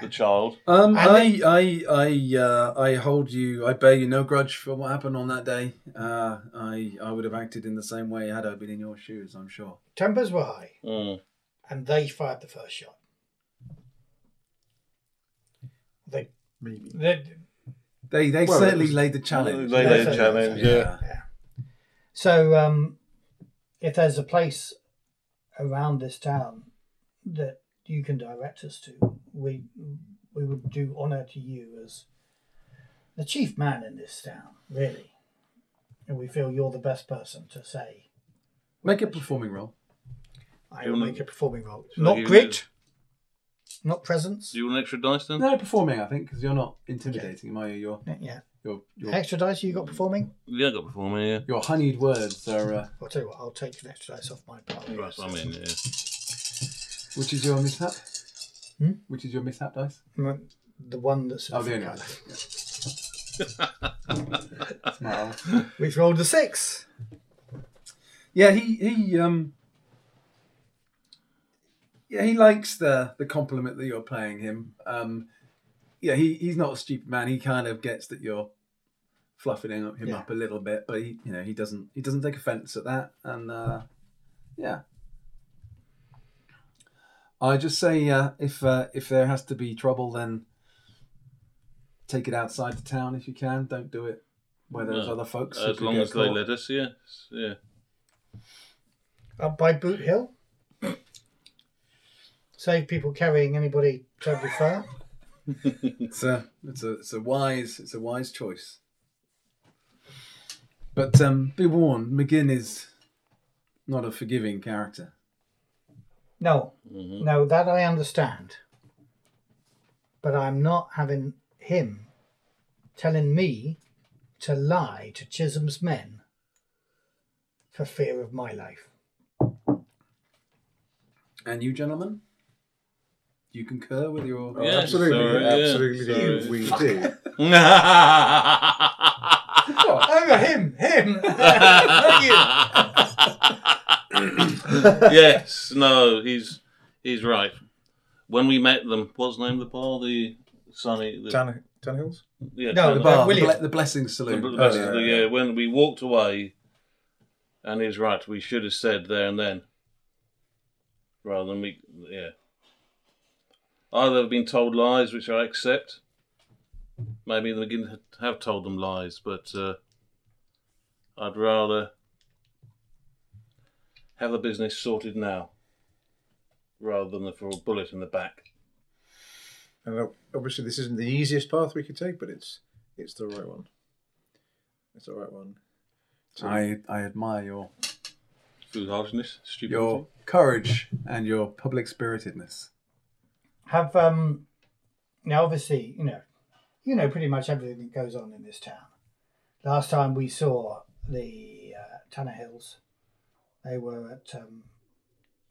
the child. Um, And I, I, I, uh, I hold you. I bear you no grudge for what happened on that day. Uh, I, I would have acted in the same way had I been in your shoes. I'm sure. Tempers were high, Mm. and they fired the first shot. They Maybe. They- They, they Well, it certainly was- laid the challenge. They laid the challenge, yeah. so, um, if there's a place around this town that you can direct us to, we we would do honour to you as the chief man in this town, really. And we feel you're the best person to say, Make a performing role. I Do you will wanna- make a performing role. Shall I Not give grit, not presence. Do you want an extra dice then? No, performing. I think because you're not intimidating, am I? Your, Yeah. your, your, Extra dice you got performing? Yeah, I got before me. Yeah. your honeyed words are. Uh, I'll tell you what, I'll take an extra dice off my part. That's what I mean. Yeah. which is your mishap? Hmm? Which is your mishap dice? Mm, The one that's Oh, the only one. Smile. which rolled a six. Yeah, he he um. Yeah, he likes the the compliment that you're playing him. Um, yeah, he, he's not a stupid man. He kind of gets that you're fluffing him, him Yeah. up a little bit, but he you know he doesn't he doesn't take offence at that. And uh, yeah, I just say uh, if uh, if there has to be trouble, then take it outside the town if you can. Don't do it where there's No. other folks. who As could long get as they caught. let us, yeah, yeah. up by Boot Hill. Save people carrying anybody terribly far. It's a it's a it's a wise it's a wise choice. But um, be warned, McGinn is not a forgiving character. No, no, that I understand. But I'm not having him telling me to lie to Chisholm's men for fear of my life. And you gentlemen, you concur with your Oh, Yeah, absolutely, sorry, yeah, absolutely, sorry. we do. Oh, him, him. (laughs) yes, no, he's he's right. When we met them, what's the name of the bar? The Sunny. The, Dan, Dan Hills. yeah, No, Tan- bar. bar, the, William. ble- the Uh, blessing saloon. the- the- earlier. the- yeah, when we walked away, and he's right. We should have said there and then, rather than we. Yeah. Either have been told lies, which I accept. Maybe they didn't ha- have told them lies, but uh, I'd rather have the business sorted now, rather than for a bullet in the back. And ob- obviously, this isn't the easiest path we could take, but it's it's the right one. It's the right one. I I admire your Foolhardiness, stupidity. your courage and your public spiritedness. have um now obviously you know you know pretty much everything that goes on in this town last time we saw the uh, tanner hills they were at um,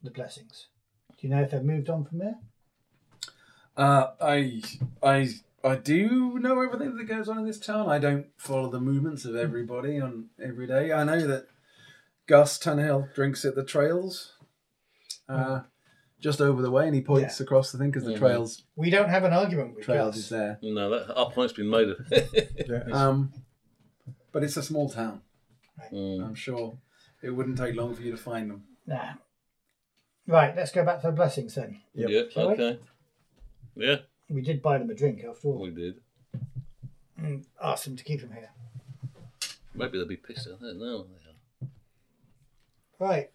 the blessings do you know if they've moved on from there Uh, I I I do know everything that goes on in this town. I don't follow the movements of everybody on every day. I know that Gus Tannehill drinks at the trails, uh, just over the way, and he points across the thing because the trails we don't have an argument with trails Gus. is there. (laughs) No, that our point's been made. Yeah, it's- Um, But it's a small town. Mm. I'm sure it wouldn't take long for you to find them. Nah. Right, let's go back to the blessings then. Yeah, Shall we? okay. Yeah, We did buy them a drink after all. we did. And asked them to keep them here. Maybe they'll be pissed at that now. Right.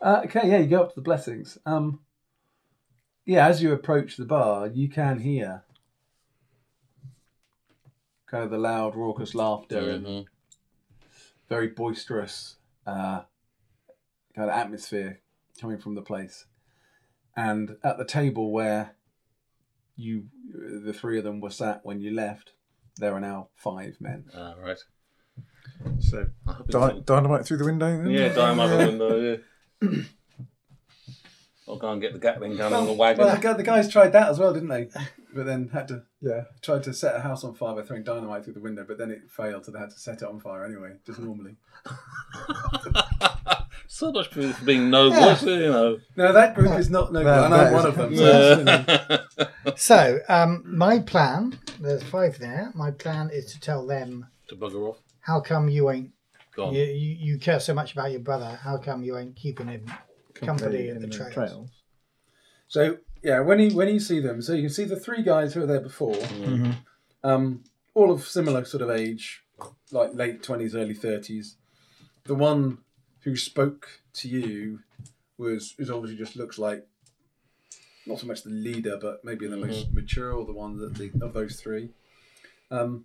Uh, okay, yeah, you go up to the blessings. Um, yeah, as you approach the bar, you can hear kind of the loud, raucous laughter and Mhm. very boisterous uh, kind of atmosphere coming from the place. And at the table where you, the three of them were sat when you left, there are now five men. Ah, right. So I hope it's di- dynamite through the window. Then? Yeah, dime out the window, yeah. (clears throat) I'll go and get the Gatling gun on the wagon. Well, the, guy, the guys tried that as well, didn't they? But then had to Yeah. tried to set a house on fire by throwing dynamite through the window, but then it failed, so they had to set it on fire anyway, just normally. (laughs) so much for being noble, you know. No, that group is not no, No, and that I'm one of is- them. So (laughs) Yeah. So, um, my plan, there's five there. My plan is to tell them to bugger off. how come you ain't Gone. You, you, you care so much about your brother. How come you ain't keeping him company at the trails? So yeah, when you when you see them, so you can see the three guys who were there before, um, all of similar sort of age, like late twenties, early thirties. The one who spoke to you was is obviously just looks like not so much the leader, but maybe the most mature or the one that the, of those three. Um,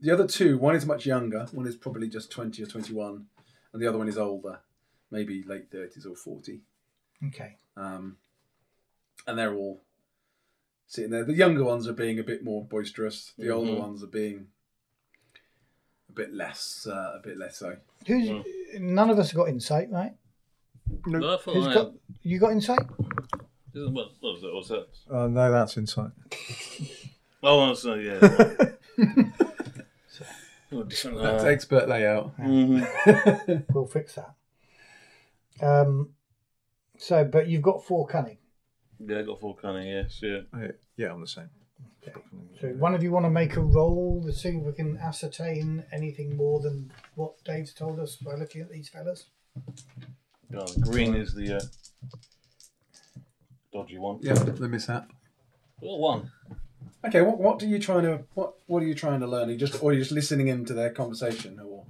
the other two, one is much younger, one is probably just twenty or twenty one, and the other one is older, maybe late thirties or forty. Okay. Um, and they're all sitting there. The younger ones are being a bit more boisterous. The older ones are being a bit less, uh, a bit less so. Who's none of us have got insight, right? No, I thought Who's I got you got insight? had- What, what was that? What's that? Uh, no, that's insight. Oh, I was, (laughs) uh, yeah. right. (laughs) Oh, different, uh, That's expert layout. mhm. We'll fix that. Um. So, but you've got four cunning. Yeah, I got full cunning, yes, yeah. Yeah, I'm the same. So, one of you want to make a roll to see if we can ascertain anything more than what Dave's told us by looking at these fellas. Oh, the green is the uh, dodgy one. Yeah, the mishap. Well, one. Okay, what what are you trying to what what are you trying to learn? Are you just or are you just listening into their conversation or?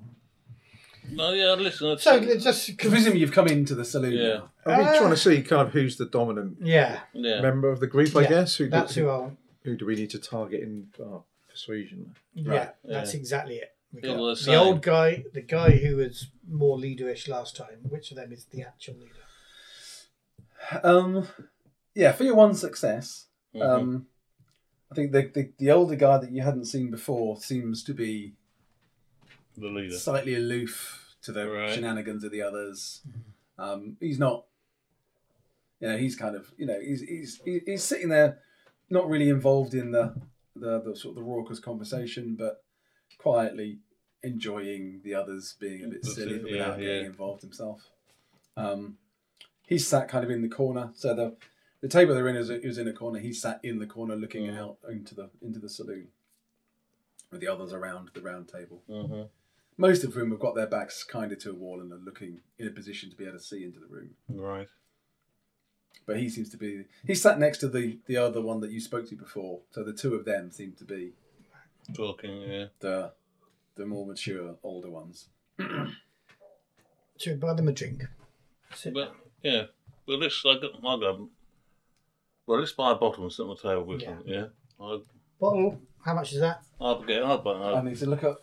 No, yeah, listen. It's, So, let's just Presumably you've come into the saloon. Yeah. now. I'm Ah! really trying to see kind of who's the dominant yeah, yeah. member of the group, I Yeah, guess. Who, do- that's who I'll. who do we need to target in our persuasion? Yeah, that's exactly it. We It got the was, uh, old guy, the guy who was more leaderish last time. Which of them is the actual leader? Um, yeah, for your one success, Mm-hmm. um, I think the, the the older guy that you hadn't seen before seems to be The leader. slightly aloof to the Right. shenanigans of the others. Um, he's not, you know, he's kind of, you know, he's he's he- he's sitting there, not really involved in the the, the sort of the raucous conversation, but quietly enjoying the others being a bit That's silly it, but yeah, without yeah. getting involved himself. Um, he's sat kind of in the corner, so the the table they're in is, is in a corner. He sat in the corner, looking Mm. out into the into the saloon, with the others around the round table Mhm. most of whom have got their backs kind of to a wall and are looking in a position to be able to see into the room. Right. But he seems to be he sat next to the the other one that you spoke to before, so the two of them seem to be Talking, yeah. the the more mature older ones. Should we buy them a drink? Sit But yeah, well, let's. I got. I got. Well, let's buy a bottle and sit on the table with them. Yeah. I'll, bottle. How much is that? I'll get. I'll buy. I I'll, need to look up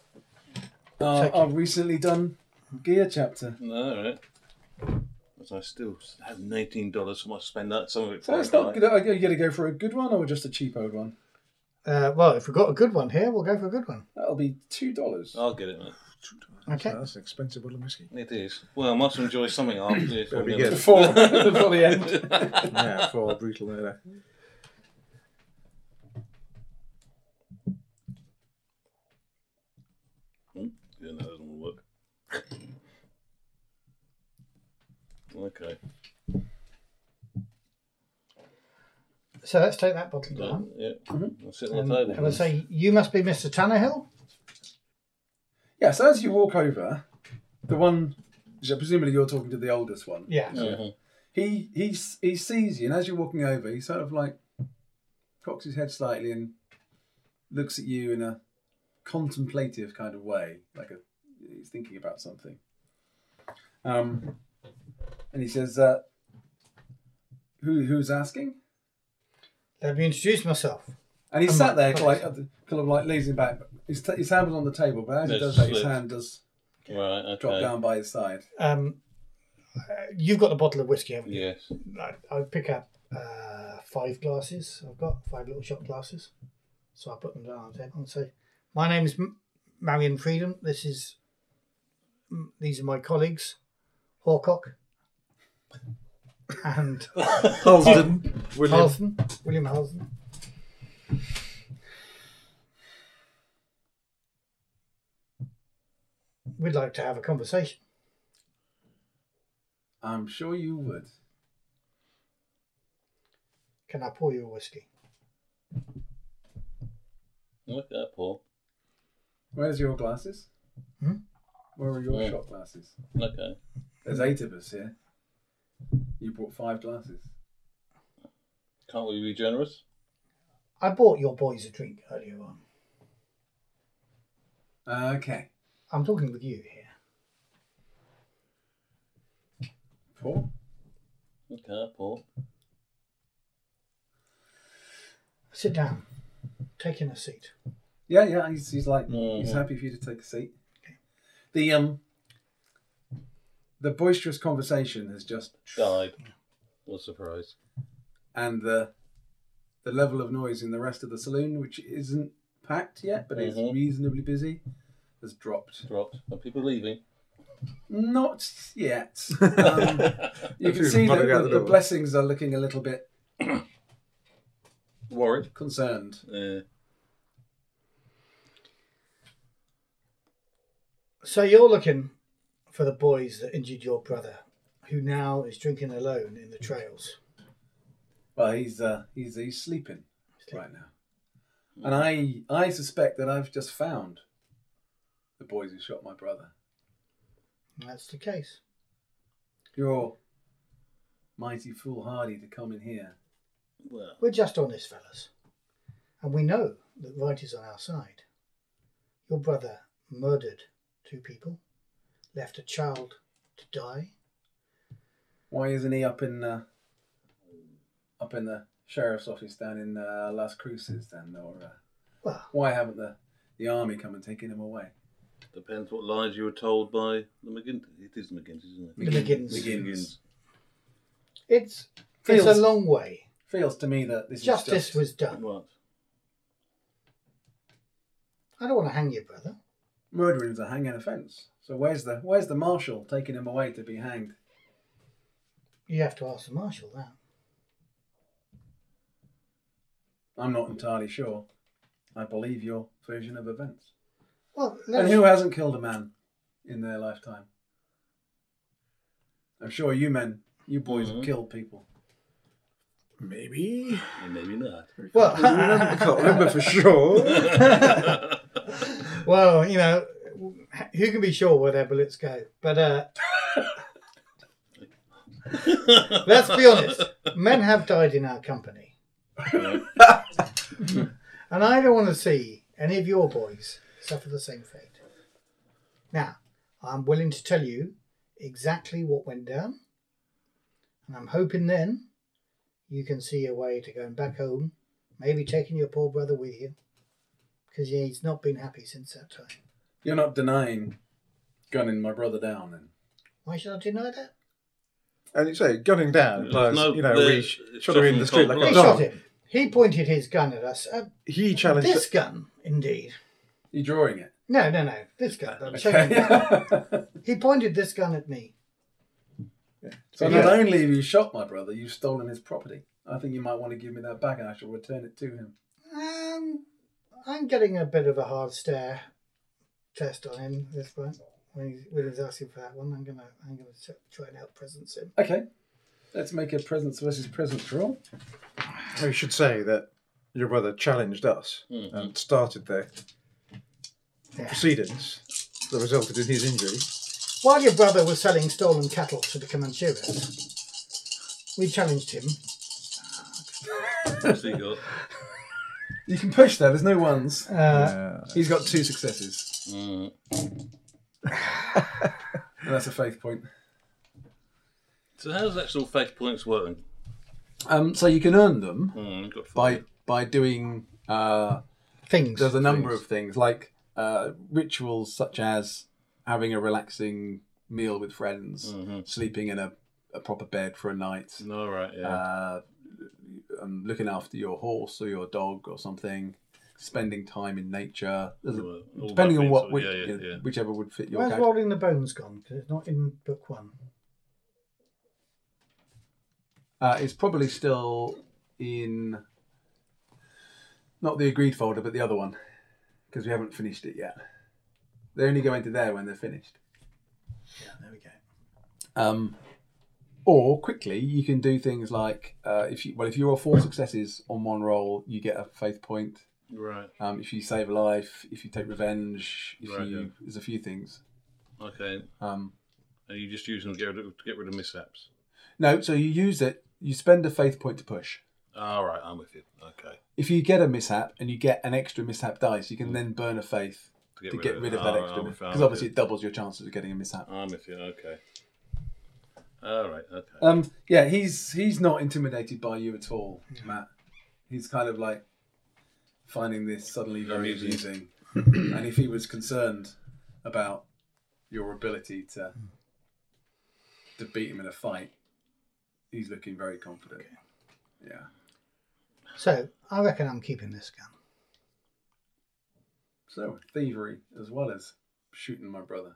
our, Check it. our Uh, recently done gear chapter. no, right. But I still have nineteen dollars. So I might spend that some of it. So it's not good. Are you going to go for a good one or just a cheap old one? Uh, well, if we've got a good one here, we'll go for a good one. That'll be two dollars. I'll get it, mate. Okay. That's an expensive bottle of whiskey. It is. Well, I must enjoy something after this. That'd be wouldn't it? (laughs) good. Before, before the end. yeah, for a brutal murder. Yeah, no, that doesn't work. Okay. So let's take that bottle So, down. yeah. I'll sit on And, the table. Um, and I say you must be Mr. Tannerhill. Yeah, so as you walk over, the one, so presumably you're talking to the oldest one. Yeah. He he s- he sees you, and as you're walking over, he sort of like cocks his head slightly and looks at you in a contemplative kind of way, like a, he's thinking about something. Um, and he says, uh, "Who who's asking?" Let me introduce myself. And he I'm sat not- there, like at the- kind of like lazing back. His, t- his hand was on the table, but as he Yes, does that, his yes. hand does Right, okay. drop down by his side. Um, uh, you've got the bottle of whiskey, haven't you? Yes. I, I pick up uh, five glasses. I've got five little shot glasses. So I put them down on the table and say, My name's M- Marion Freedom. This is, m- these are my colleagues, Horcock (laughs) and Halsden, William. Halston, William Halston. We'd like to have a conversation. I'm sure you would. Can I pour you a whiskey? Look at that, Paul. Where's your glasses? Hmm? Where are your Yeah. shot glasses? Okay. There's eight of us here. You brought five glasses. Can't we be generous? I bought your boys a drink earlier on. Okay. I'm talking with you here. Paul? Look at that, Paul. Sit down. Take in a seat. Yeah, yeah, he's, he's like, he's Mhm. happy for you to take a seat. The, um, the boisterous conversation has just, Died. What a surprise. and the, the level of noise in the rest of the saloon, which isn't packed yet, but is Mhm. reasonably busy, has dropped. Dropped. Are people leaving? Not yet. Um, you can Everyone's see that running out the, the the door. blessings are looking a little bit Warwick. concerned. Yeah. So you're looking for the boys that injured your brother, who now is drinking alone in the trails. Well, he's uh, he's he's sleeping right now, and I I suspect that I've just found the boys who shot my brother. That's the case. You're mighty foolhardy to come in here. Well, We're just honest fellas. And we know that right is on our side. Your brother murdered two people, left a child to die. Why isn't he up in uh, up in the sheriff's office down in uh, Las Cruces then, or uh, Well, why haven't the the army come and taken him away? depends what lies you were told by the McGinty. It is McGinty, isn't it? The McGinns. McGinns. it's, it's a Feels, long way. feels to me that this is Justice just, was done. Right. I don't want to hang your brother. murdering is a hanging offence. So where's the where's the marshal taking him away to be hanged? You have to ask the marshal that. I'm not entirely sure. I believe your version of events. Well, And who hasn't killed a man in their lifetime? I'm sure you men, you boys, have killed people. Maybe. And maybe (laughs) not. well, I can't remember for sure. (laughs) well, you know, who can be sure where their bullets go? But uh, let's be honest, men have died in our company, and I don't want to see any of your boys suffer the same fate. Now, I'm willing to tell you exactly what went down, and I'm hoping then you can see a way to going back home, maybe taking your poor brother with you, because he's not been happy since that time. You're not denying gunning my brother down, then. Why should I deny that? And you say, gunning down implies, No, you know, the- we sh- shot him in the street like He a He dog. shot him. He pointed his gun at us. Uh, He challenged this gun, indeed. You're drawing it. No, no, no. This gun. I'm showing you. (laughs) Okay. He pointed this gun at me. so not only have you shot my brother, you've stolen his property. I think you might want to give me that back, and I shall return it to him. Um, I'm getting a bit of a hard stare test on him this one. When he's, when he's asking for that one, I'm gonna, I'm gonna t- try and help presence him. Okay, let's make a presence versus presence roll. We should say that your Mm-hmm. brother challenged us and started the proceedings. that resulted in his injury. While your brother was selling stolen cattle to the Comancheros, we challenged him. What's he got? You can push there. There's no ones. Uh, He's got two successes. Mm. And that's a faith point. So how's actual faith points working? Um, so you can earn them Mm, got five. by by doing uh, things. there's a number of things like uh, rituals such as having a relaxing meal with friends, Mm-hmm. sleeping in a, a proper bed for a night, All right, yeah. uh, um, looking after your horse or your dog or something, spending time in nature. There's a- All that depending on means, what, sort of- which, yeah, yeah, yeah. whichever would fit your Where's character. Rolling the Bones gone? Because it's not in book one. Uh, it's probably still in not the agreed folder, but the other one because we haven't finished it yet. They only go into there when they're finished. Yeah, there we go. Um, or quickly, you can do things like uh, if you well, if you roll four successes on one roll, you get a faith point. Right. Um, if you save a life, if you take revenge, if Right, you yeah. there's a few things. Okay. Um, And you just use them to get rid of, to get rid of mishaps. no, so you use it. You spend a faith point to push. All right, I'm with you. Okay. If you get a mishap and you get an extra mishap dice, you Mm. can then burn a faith To get, to get rid of that All right, extra Oh, I'm with- I'm because with obviously you. it doubles your chances of getting a mishap. I'm with you. Okay. All right. Okay. Um, yeah, he's he's not intimidated by you at all, Matt. He's kind of like finding this suddenly very amusing, Amusing. and if he was concerned about your ability to to beat him in a fight, he's looking very confident. Yeah. So I reckon I'm keeping this gun. So thievery as well as shooting my brother.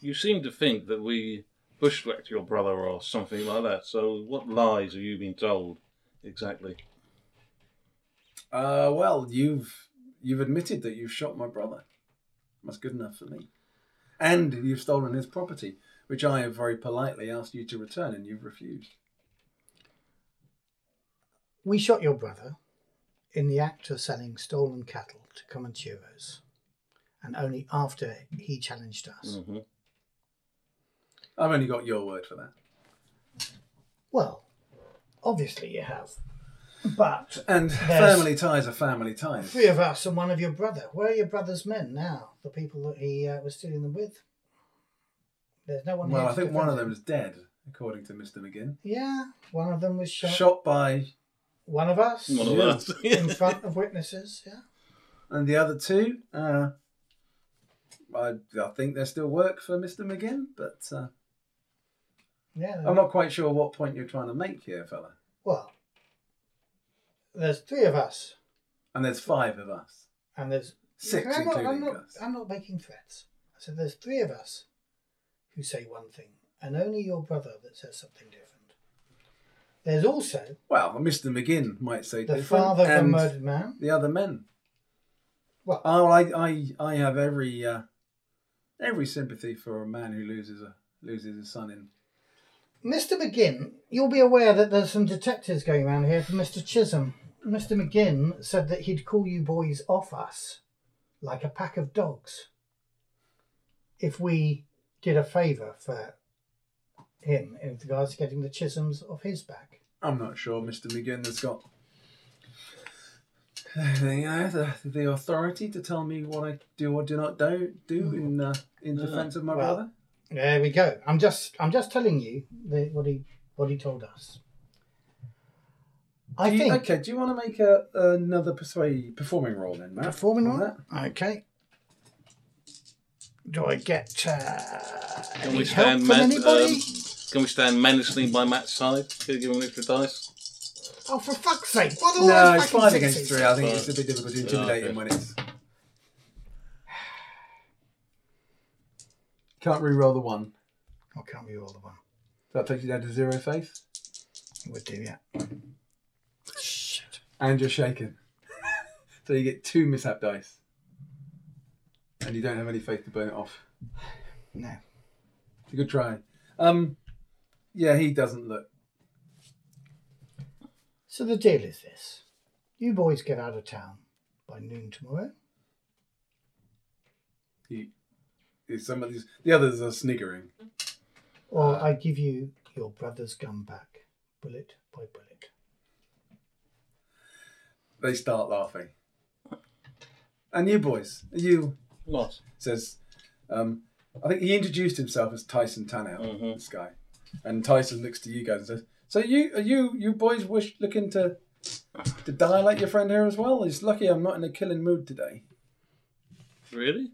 you seem to think that we bushwhacked your brother or something like that. So what lies have you been told exactly? Uh, well, you've you've admitted that you've shot my brother. That's good enough for me. And you've stolen his property, which I have very politely asked you to return, and you've refused. We shot your brother in the act of selling stolen cattle to Comancheros, and only after he challenged us. Mm-hmm. I've only got your word for that. Well, obviously you have. But And There's- family ties are family ties. three of us and one of your brother. Where are your brother's men now? The people that he uh, was stealing them with? There's no one Well, here I to think one of defend them is dead, according to Mister McGinn. Yeah, one of them was shot. Shot by, One of us One of Yeah. us. (laughs) (laughs) in front of witnesses. Yeah. and the other two. Uh, I, I think they still work for Mister McGinn, but uh, Yeah. I'm not quite sure what point you're trying to make here, fella. Well, there's three of us, And there's five of us. and there's Six, I'm not, I'm including not, us. I'm not making threats. I said there's three of us who say one thing, and only your brother that says something different. There's also Well, Mr. McGinn might say the different, father of the and murdered man. the other men. Well- oh, I, I, I have every, uh, every sympathy for a man who loses a loses his son in. Mr. McGinn, you'll be aware that there's some detectives going around here for Mr. Chisholm. Mr. McGinn said that he'd call you boys off us like a pack of dogs if we did a favour for him in regards to getting the Chisholms off his back. I'm not sure Mr. McGinn has got, you know, the, the authority to tell me what I do or do not do do in uh, in defence of my Hmm. Well- brother. There we go. I'm just I'm just telling you the, what he what he told us. I Do you- think okay, do you want to make a, another persuade performing role then, Matt? Performing on role? that? Okay. Do I get uh, (laughs) Can we any help stand from man- anybody? um, Can we stand menacingly by Matt's side? Could you give him an extra dice? oh, for fuck's sake! What are all No, those it's fucking five against sixes? three. I think it's a bit difficult to intimidate okay. him when it's. (sighs) Can't re-roll the one. I can't be all the one. That takes you down to zero faith, It would do, yeah. Shit. and you're shaken. (laughs) so you get two mishap dice, and you don't have any faith to burn it off. No. It's a good try. Um, yeah, he doesn't look. So the deal is this: you boys get out of town by noon tomorrow. He is some of these. The others are sniggering. Or Uh. I give you your brother's gun back, bullet by bullet. They start laughing. And you boys, are you Nice. says, um, I think he introduced himself as Tyson Tannehill, this guy, and Tyson looks to you guys and says, "So you are you you boys wish looking to to die like your friend here as well? It's lucky I'm not in a killing mood today." Really?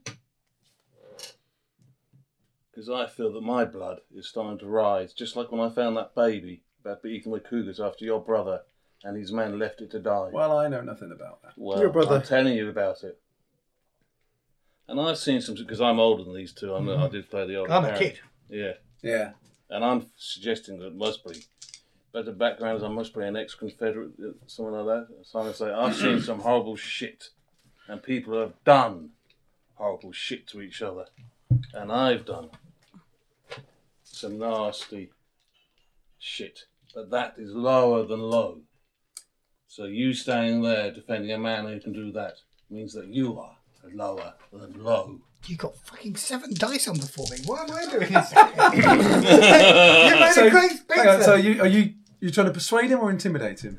Because I feel that my blood is starting to rise, just like when I found that baby that be eaten with cougars after your brother and his men left it to die. Well, I know nothing about that. Well, Your brother. I'm telling you about it. And I've seen some because I'm older than these two. I'm, I did play the older. Mm-hmm. I'm a parent. kid. Yeah, Yeah, and I'm suggesting that Musbury, but the background is I must be an ex-Confederate, uh, something like that. So I'm gonna say I've seen some horrible shit, and people have done horrible shit to each other, and I've done some nasty shit. But that is lower than low. So you staying there defending a man who can do that means that you are lower than low. You got fucking seven dice on before me. Why am I doing this? (laughs) you made a great hang on, pizza. so you are you you trying to persuade him or intimidate him?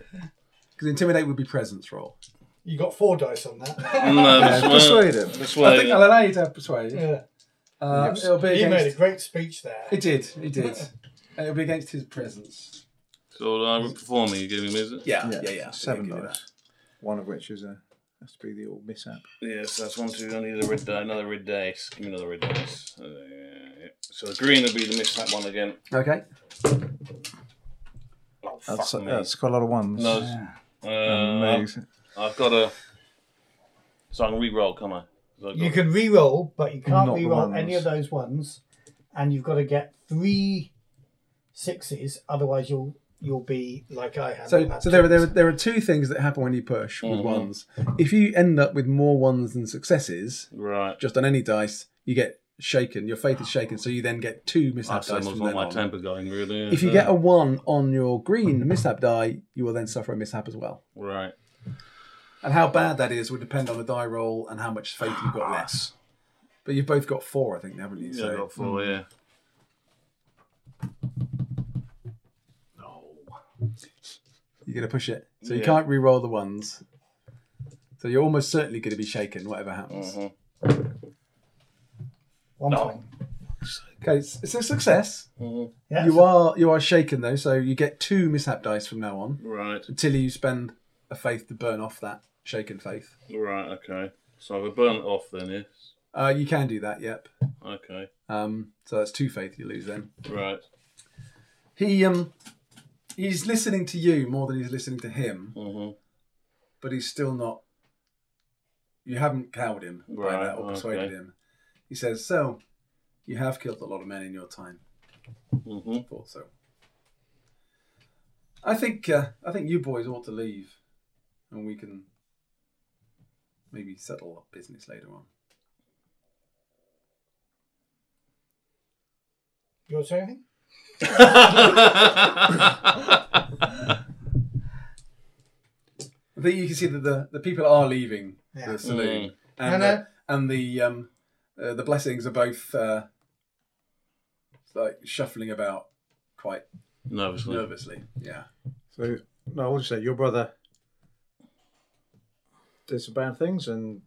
Because intimidate would be presence roll. You got four dice on (laughs) that. (laughs) No, that's why- Persuade him. that's I why- think I'll allow you to have persuade. Yeah. Uh, it'll be You made a against. great speech there. It did. It did. And it'll be against his presence. So I would perform and you give me music? Yeah, yeah, yeah. yeah Seven give me that. dice. One of which is a has to be the old mishap. Yes, that's one, two. I need a red die, another red dice. Give me another red dice. Uh, yeah. So green would be the mishap one again. Okay. Oh, fuck That's, me. that's got a lot of ones. No, uh, I've, Amazing. I've got a. So I can re-roll, can I? 'Cause I've You got- can re-roll, but you can't Not the re-roll ones. any of those ones, and you've got to get three sixes. Otherwise, you'll you'll be like I have. So, so there, are, there, are, there are two things that happen when you push Mm-hmm. with ones. If you end up with more ones than successes, right. just on any dice, you get shaken. Your faith is shaken, so you then get two I mishap still dice must from want then my on. temper going, really. If you uh, get a one on your green mishap die, you will then suffer a mishap as well. Right. And how bad that is will depend on the die roll and how much faith you've got less. But you've both got four, I think, haven't you? Yeah, I got four, yeah. You're going to push it. So you Yeah. can't re roll the ones. So you're almost certainly going to be shaken, whatever happens. Mm-hmm. one No. point. Okay, it's, it's a success. Yeah, You so- are you are shaken though, so you get two mishap dice from now on Right. until you spend a faith to burn off that shaken faith. Right, okay. So I've burnt it off then, yes. Uh, you can do that. Yep. Okay. Um, so that's two faith you lose then. Right. He um he's listening to you more than he's listening to him, Mhm. but he's still not. You haven't cowed him Right, by that or persuaded okay. him. He says, "So, you have killed a lot of men in your time." Mhm. (laughs) thought so. I think uh, I think you boys ought to leave, and we can maybe settle up business later on. You want to say anything? I think you can see that the, the people are leaving Yeah. the saloon, No, and no. the, and the um uh, the blessings are both uh, like shuffling about quite Nervously. nervously. Yeah, So no, I want to say your brother did some bad things and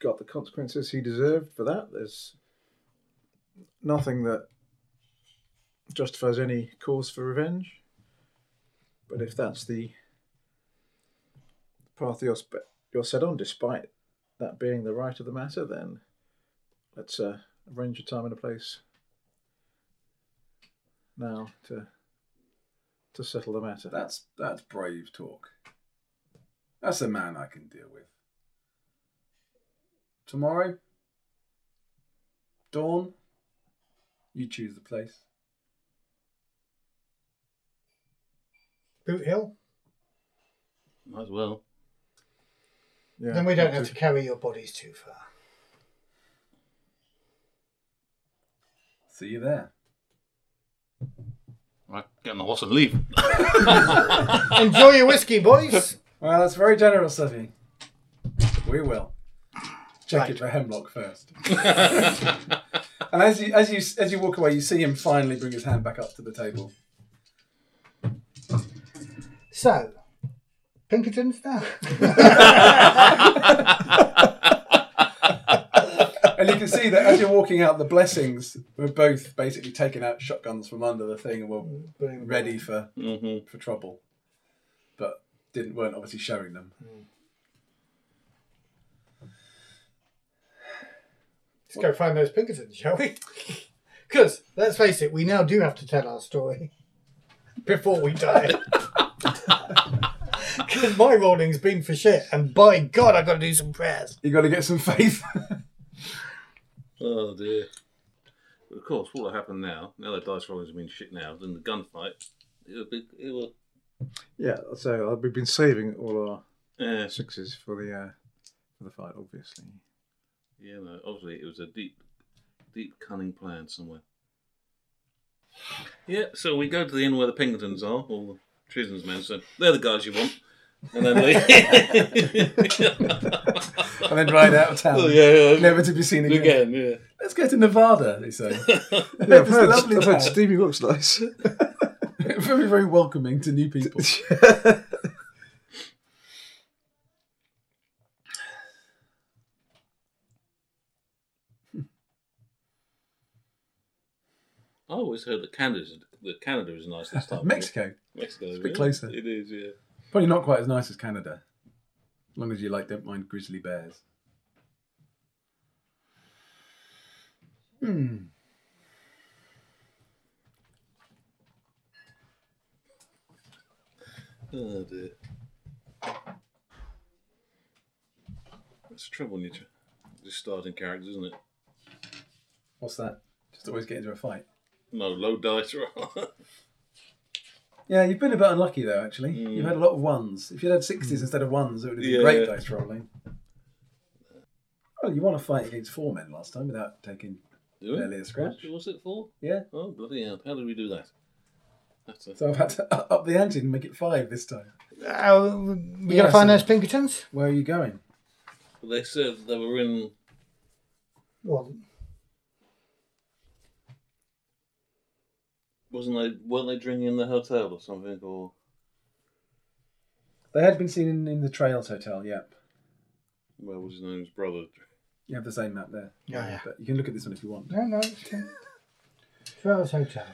got the consequences he deserved for that. There's nothing that justifies any cause for revenge. But if that's the path you're, sp- you're set on, despite that being the right of the matter, then let's uh, arrange a time and a place now to to settle the matter. that's that's brave talk. That's a man I can deal with. Tomorrow, dawn. You choose the place. Boot Hill. Might as well. Yeah, Then we don't not have to carry your bodies too far. See you there. Right, get on the horse and leave. Enjoy (laughs) your whiskey, boys. Well, that's very generous of you. We will. Check it for hemlock first. (laughs) and as you as you as you walk away, you see him finally bring his hand back up to the table. So, Pinkerton's now. And you can see that as you're walking out, the blessings were both basically taking out shotguns from under the thing and were ready for Mm-hmm. for trouble, but didn't weren't obviously showing them. Let's go find those Pinkertons, shall we? Because, let's face it, we now do have to tell our story (laughs) before we die. (laughs) Because my rolling's been for shit, and by God, I've got to do some prayers. You got to get some faith. (laughs) Oh dear. But of course, what will happen now? Now that dice rolling's been shit now, then the gunfight. It'll be. It will. Yeah, so uh, we've been saving all our Yeah, sixes for the uh, for the fight, obviously. you know. Obviously, it was a deep, deep, cunning plan somewhere. Yeah. So we go to the inn where the Pinkertons are, or the Chisholm's men. So they're the guys you want. And then leave. and then ride out of town, (laughs) Oh, (laughs) yeah, yeah. never to be seen again. Again, yeah. Let's go to Nevada, they (laughs) say. (laughs) Yeah, I've heard, lovely I've heard town. Stevie Rock's nice. very, very welcoming to new (laughs) people. I always heard that Canada's that Canada is nice this (laughs) time. Mexico, Mexico. It's a bit closer. It is, yeah. probably not quite as nice as Canada, as long as you like don't mind grizzly bears. Oh dear. That's the trouble when you're just starting characters, isn't it? What's that? Just always get into a fight. No, low dice (laughs) roll. Yeah, you've been a bit unlucky though. Actually, you've had a lot of ones. If you'd had sixties instead of ones, it would have been Mm. Yeah. great dice rolling. Well, you want to fight against four men last time without taking. Do it? Barely a scratch. What- What's it for? Yeah, Oh bloody hell! How did we do that? That's a... so I've had to (laughs) u- up the ante and make it five this time. Uh, we got Yeah, to find so- those Pinkertons? Where are you going? Well, They said they were in. Well, Wasn't they? Weren't they drinking in the hotel or something? Or They had been seen in, in the Trails Hotel. Yep, well, was his name? His brother. you have the same map there. Yeah, yeah. But you can look at this one if you want. no, no. it's fine. Trails Hotel.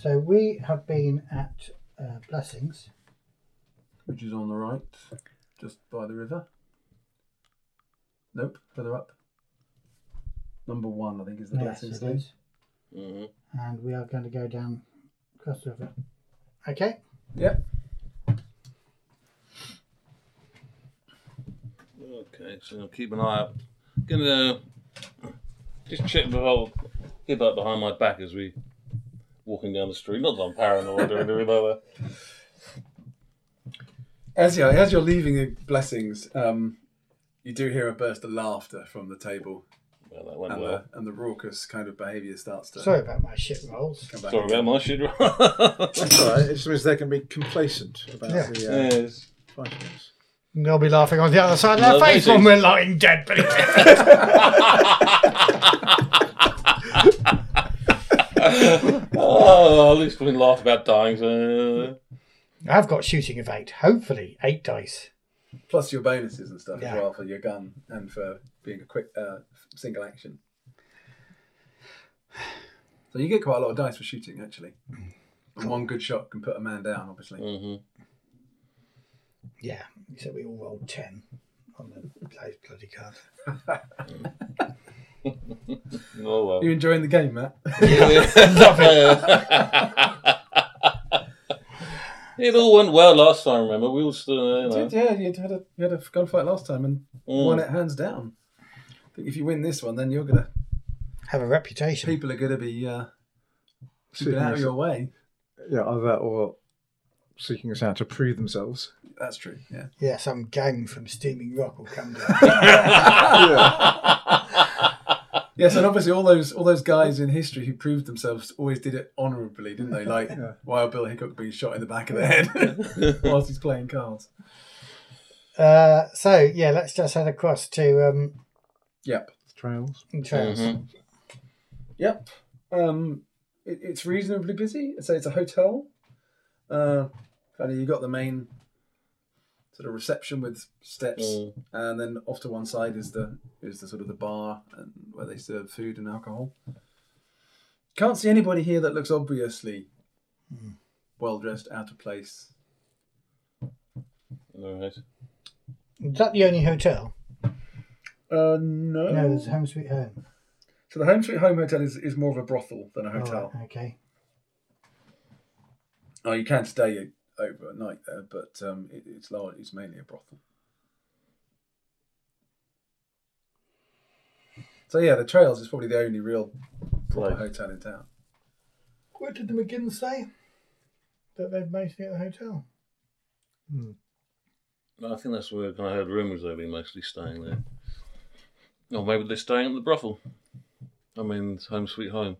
So we have been at uh, Blessings. Which is on the right, just by the river. Nope, further up. Number one, I think, is the Yes, blessings it name. is. hmm And we are going to go down across the river. Okay. Yep. Okay, so I'll keep an eye out. Gonna just check the whole hid that behind my back as we walking down the street. Not that I'm paranoid or anything like that. As you're, as you're leaving the blessings, um, you do hear a burst of laughter from the table, Well, that went and, well. the, and the raucous kind of behaviour starts to Sorry about my shit rolls. come back. Sorry about my shit. (laughs) That's all right. It just means they can be complacent about Yeah. the uh, yes. fightings. And They'll be laughing on the other side of their No, face they do. when we're lying dead. But (laughs) Oh, at least we didn't laugh about dying. So (laughs) uh, I've got shooting of eight. Hopefully, eight dice. Plus your bonuses and stuff Yeah. as well for your gun and for being a quick uh, single action. So you get quite a lot of dice for shooting, actually. And one good shot can put a man down, obviously. Yeah. So we all rolled ten on the those bloody card. oh well. You enjoying the game, Matt? (laughs) Love it. It all went well last time. Remember, we all stood. uh, You know. Yeah, you had a you had a gunfight last time and Mm. won it hands down. I think if you win this one, then you're gonna Have a reputation. people are gonna be uh, keeping Seeking out of us- your way. Yeah, either that or seeking us out to prove (laughs) themselves. That's true. Yeah. Yeah, some gang from Steaming Rock will come down. (laughs) (laughs) Yes, and obviously all those all those guys in history who proved themselves always did it honourably, didn't they? Like while Bill Hickok being shot in the back of the head (laughs) whilst he's playing cards. uh, so yeah, let's just head across to um, Yep. Trails. in terms. Yep. Um, it, it's reasonably busy. So it's a hotel. Uh, kind of you got the main sort of reception with steps, Mm. and then off to one side is the is the sort of the bar and where they serve food and alcohol. Can't see anybody here that looks obviously well dressed, out of place. Uh, All right. Is that the only hotel? Uh, no. No, there's Home Sweet Home. So the Home Sweet Home Hotel is, is more of a brothel than a Oh, hotel. okay. Oh, you can stay overnight there, but um, it, it's large. It's mainly a brothel. So yeah, the Trails is probably the only real proper Right. hotel in town. What did the McGinn say? That they've mostly at the hotel. I think that's where I heard rumours they'll be mostly staying there. Or maybe they're staying at the brothel. I mean, it's home sweet home.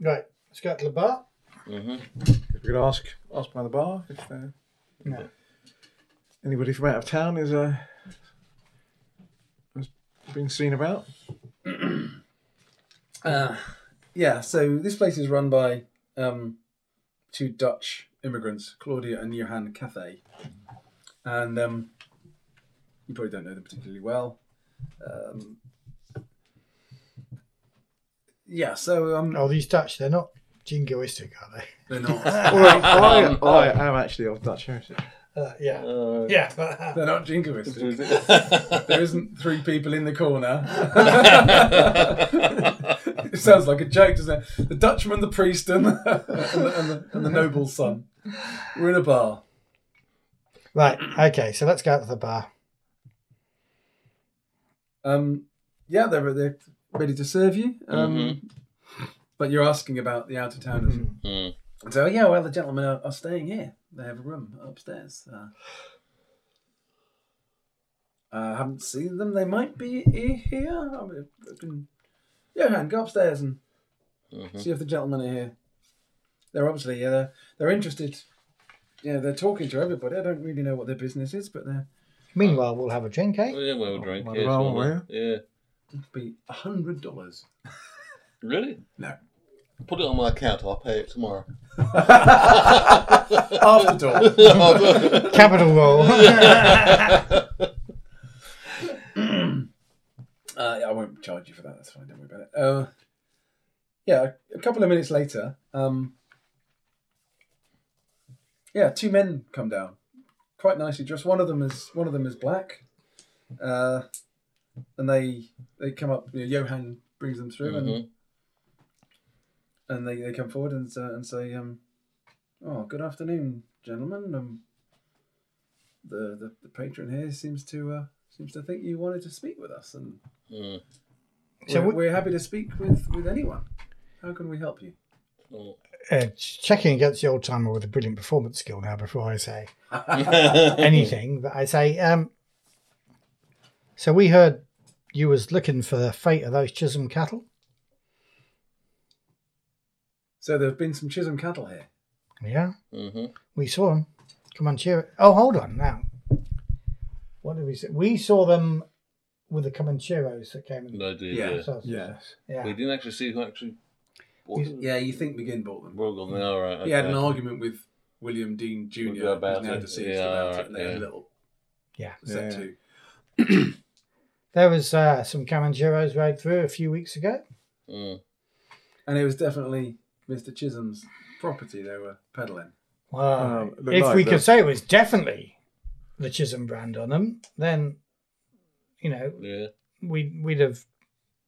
Right, let's go out to the bar. hmm We could ask ask by the bar if uh, No. anybody from out of town is uh, has been seen about. Uh, yeah. So this place is run by um, two Dutch immigrants, Claudia and Johan Cathay, and um, you probably don't know them particularly well. Um, yeah. So um, Oh, these Dutch, they're not jingoistic, are they're not. (laughs) Well, I, I am actually of Dutch heritage. they? Uh, yeah. Uh, yeah. but- They're not jingoistic. (laughs) There isn't three people in the corner. it sounds like a joke, doesn't it? The Dutchman, the priest, and the, and the, and the, and the noble's son. We're in a bar. (laughs) right, okay, so let's go out to the bar. Um, yeah, they're, they're ready to serve you. Um, But you're asking about the out of towners. Mm. So, yeah, well, the gentlemen are, are staying here. They have a room upstairs. Uh, I haven't seen them. They might be i- here. I mean, I can... Johan, go upstairs and see if the gentlemen are here. They're obviously yeah, they're, they're interested. Yeah, they're talking to everybody. I don't really know what their business is, but they're Meanwhile, we'll have a drink, eh? Well, yeah, we'll drink. Might Yeah, as well, sure. yeah. it'd be a hundred dollars. Really? No. Put it on my account. I'll pay it tomorrow. After all. (laughs) Capital roll. (laughs) Uh, yeah, I won't charge you for that. That's fine. Don't worry about it. Uh, yeah, a couple of minutes later, um, yeah, two men come down, quite nicely dressed. One of them is one of them is black, uh, and they they come up. You know, Johan brings them through, and and they, they come forward and uh, and say, um, "Oh, good afternoon, gentlemen. Um, the, the the patron here seems to uh, seems to think you wanted to speak with us, and Mm. So we're, what- we're happy to speak with, with anyone. How can we help you? (laughs) Oh. uh, checking against the old timer with a brilliant performance skill now before I say anything, but I say, um, so we heard you was looking for the fate of those Chisholm cattle. So there have been some Chisholm cattle here. Yeah, Mhm. we saw them. Come on, cheer it. Oh, hold on now. What did we see? We saw them with the Comancheros that came and No, dear. Yeah. Yeah. saw us. Yes. Yeah. We didn't actually see who actually bought it. Yeah, you think McGinn bought them? Well, gone. All right. Okay. He had an argument with William Dean Jr. We'll go about who's now it. deceased Yeah, about alright, it, and they had a yeah. little Yeah. set Yeah. to. There was uh, some Comancheros rode through a few weeks ago. Mm. And it was definitely Mr. Chisholm's property they were peddling. Wow. Um, look if like we the- could say it was definitely the Chisholm brand on them, then, you know, Yeah. we'd, we'd have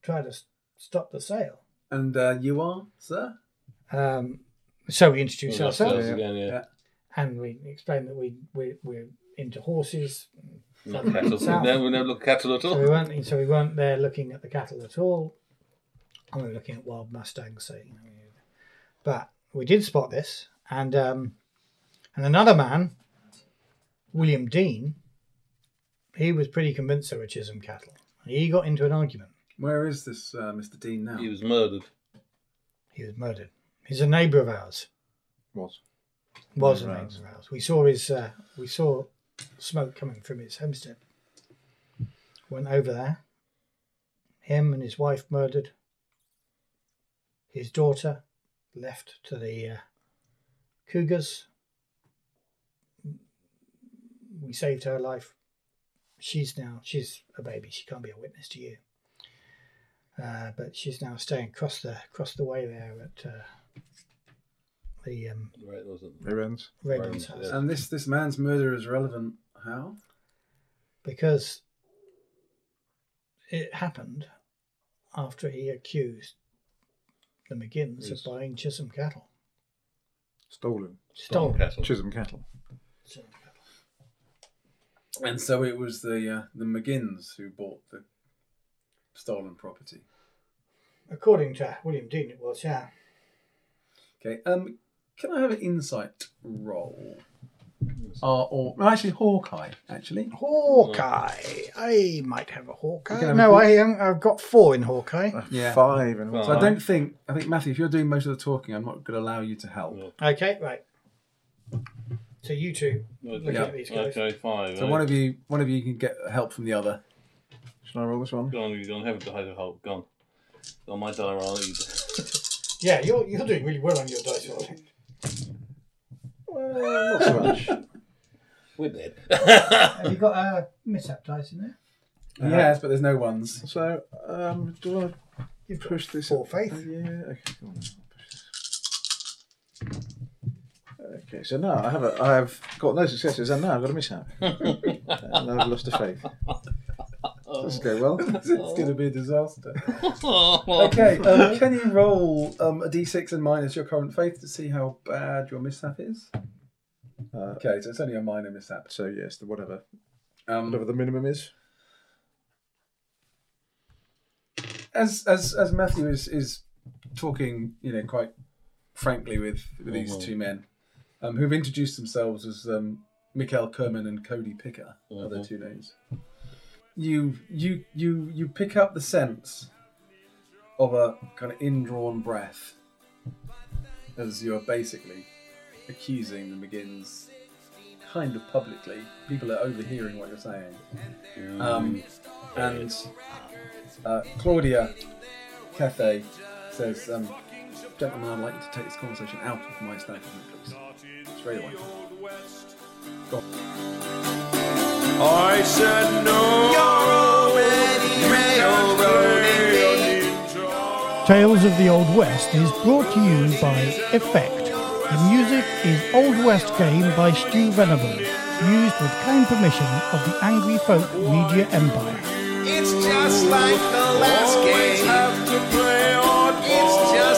tried to s- stop the sale. And uh, you are, sir? Um, so we introduced Well, ourselves ourselves again, yeah. and we explained that we, we, we're into horses. Not cattle. South. No, we never look at cattle at So we, all. weren't, so we weren't there looking at the cattle at all. And we were looking at wild mustangs. So, you know, we- but we did spot this. And, um, and another man, William Dean, he was pretty convinced they were Chisholm cattle. He got into an argument. Where is this uh, Mr. Dean now? He was murdered. He was murdered. He's a neighbour of ours. Was. Was a neighbour of ours. We saw his. Uh, we saw smoke coming from his homestead. Went over there. Him and his wife murdered. His daughter left to the uh, cougars. We saved her life. She's now, she's a baby. She can't be a witness to you. Uh, but she's now staying across the across the way there at uh, the um, Right, that wasn't. Everyone's. Redmond's Right, house. yeah. And this this man's murder is relevant. How? because it happened after he accused the McGinns Yes. of buying Chisholm cattle. Stolen. Stolen. Cattle. Chisholm cattle. Chisholm cattle. And so it was the uh, the McGinns who bought the stolen property. According to William Dean, it was, yeah. Okay. Um, can I have an insight roll? Uh, or well, actually, Hawkeye. Actually, Hawkeye. I might have a Hawkeye. can have a Uh. no, Haw- I, um, I've got four in Hawkeye. Yeah. Five and so I don't think I think Matthew. If you're doing most of the talking, I'm not going to allow you to help. No. Okay, right. So you two, look Yeah, at these guys. Okay, uh, five. So one of you, one of you can get help from the other. Should I roll this one? Gone, you've gone. Haven't died of hope. Gone. On my diary, I'll eat. Yeah, you're, you're doing really well on your dice roll. Well, Uh, not (laughs) so much. (laughs) We're dead. (laughs) Have you got a mishap dice in there? Yes, but there's no ones. So, um, do I You've got push this? four Yeah, faith. okay, come on. I'll push this. Okay, so now I have a, I have got no successes, and now I've got a (laughs) mishap, and I've lost a faith. Doesn't go (laughs) well. it's going to be a disaster. oh, Okay, (laughs) um, can you roll um, a d6 and minus your current faith to see how bad your mishap is? okay, so it's only a minor mishap. Uh, So yes, the whatever, Um, whatever the minimum is. as as as Matthew is is talking, you know, quite frankly with, with these two men, um, who've introduced themselves as um, Mikhail Kerman and Cody Picker, are their two names. You you you you pick up the sense of a kind of indrawn breath as you're basically accusing the McGinns kind of publicly. People are overhearing what you're saying. Um, and uh, Claudia Cathay says, um, Gentlemen, I'd like you to take this conversation out of my establishment, please. Straight away. I said no. Tales of the Old West is brought to you by Effect. The music is Old West Game by Stu Venable, used with kind permission of the Angry Folk Media Empire. It's just like the last game. Have to play oddball. It's just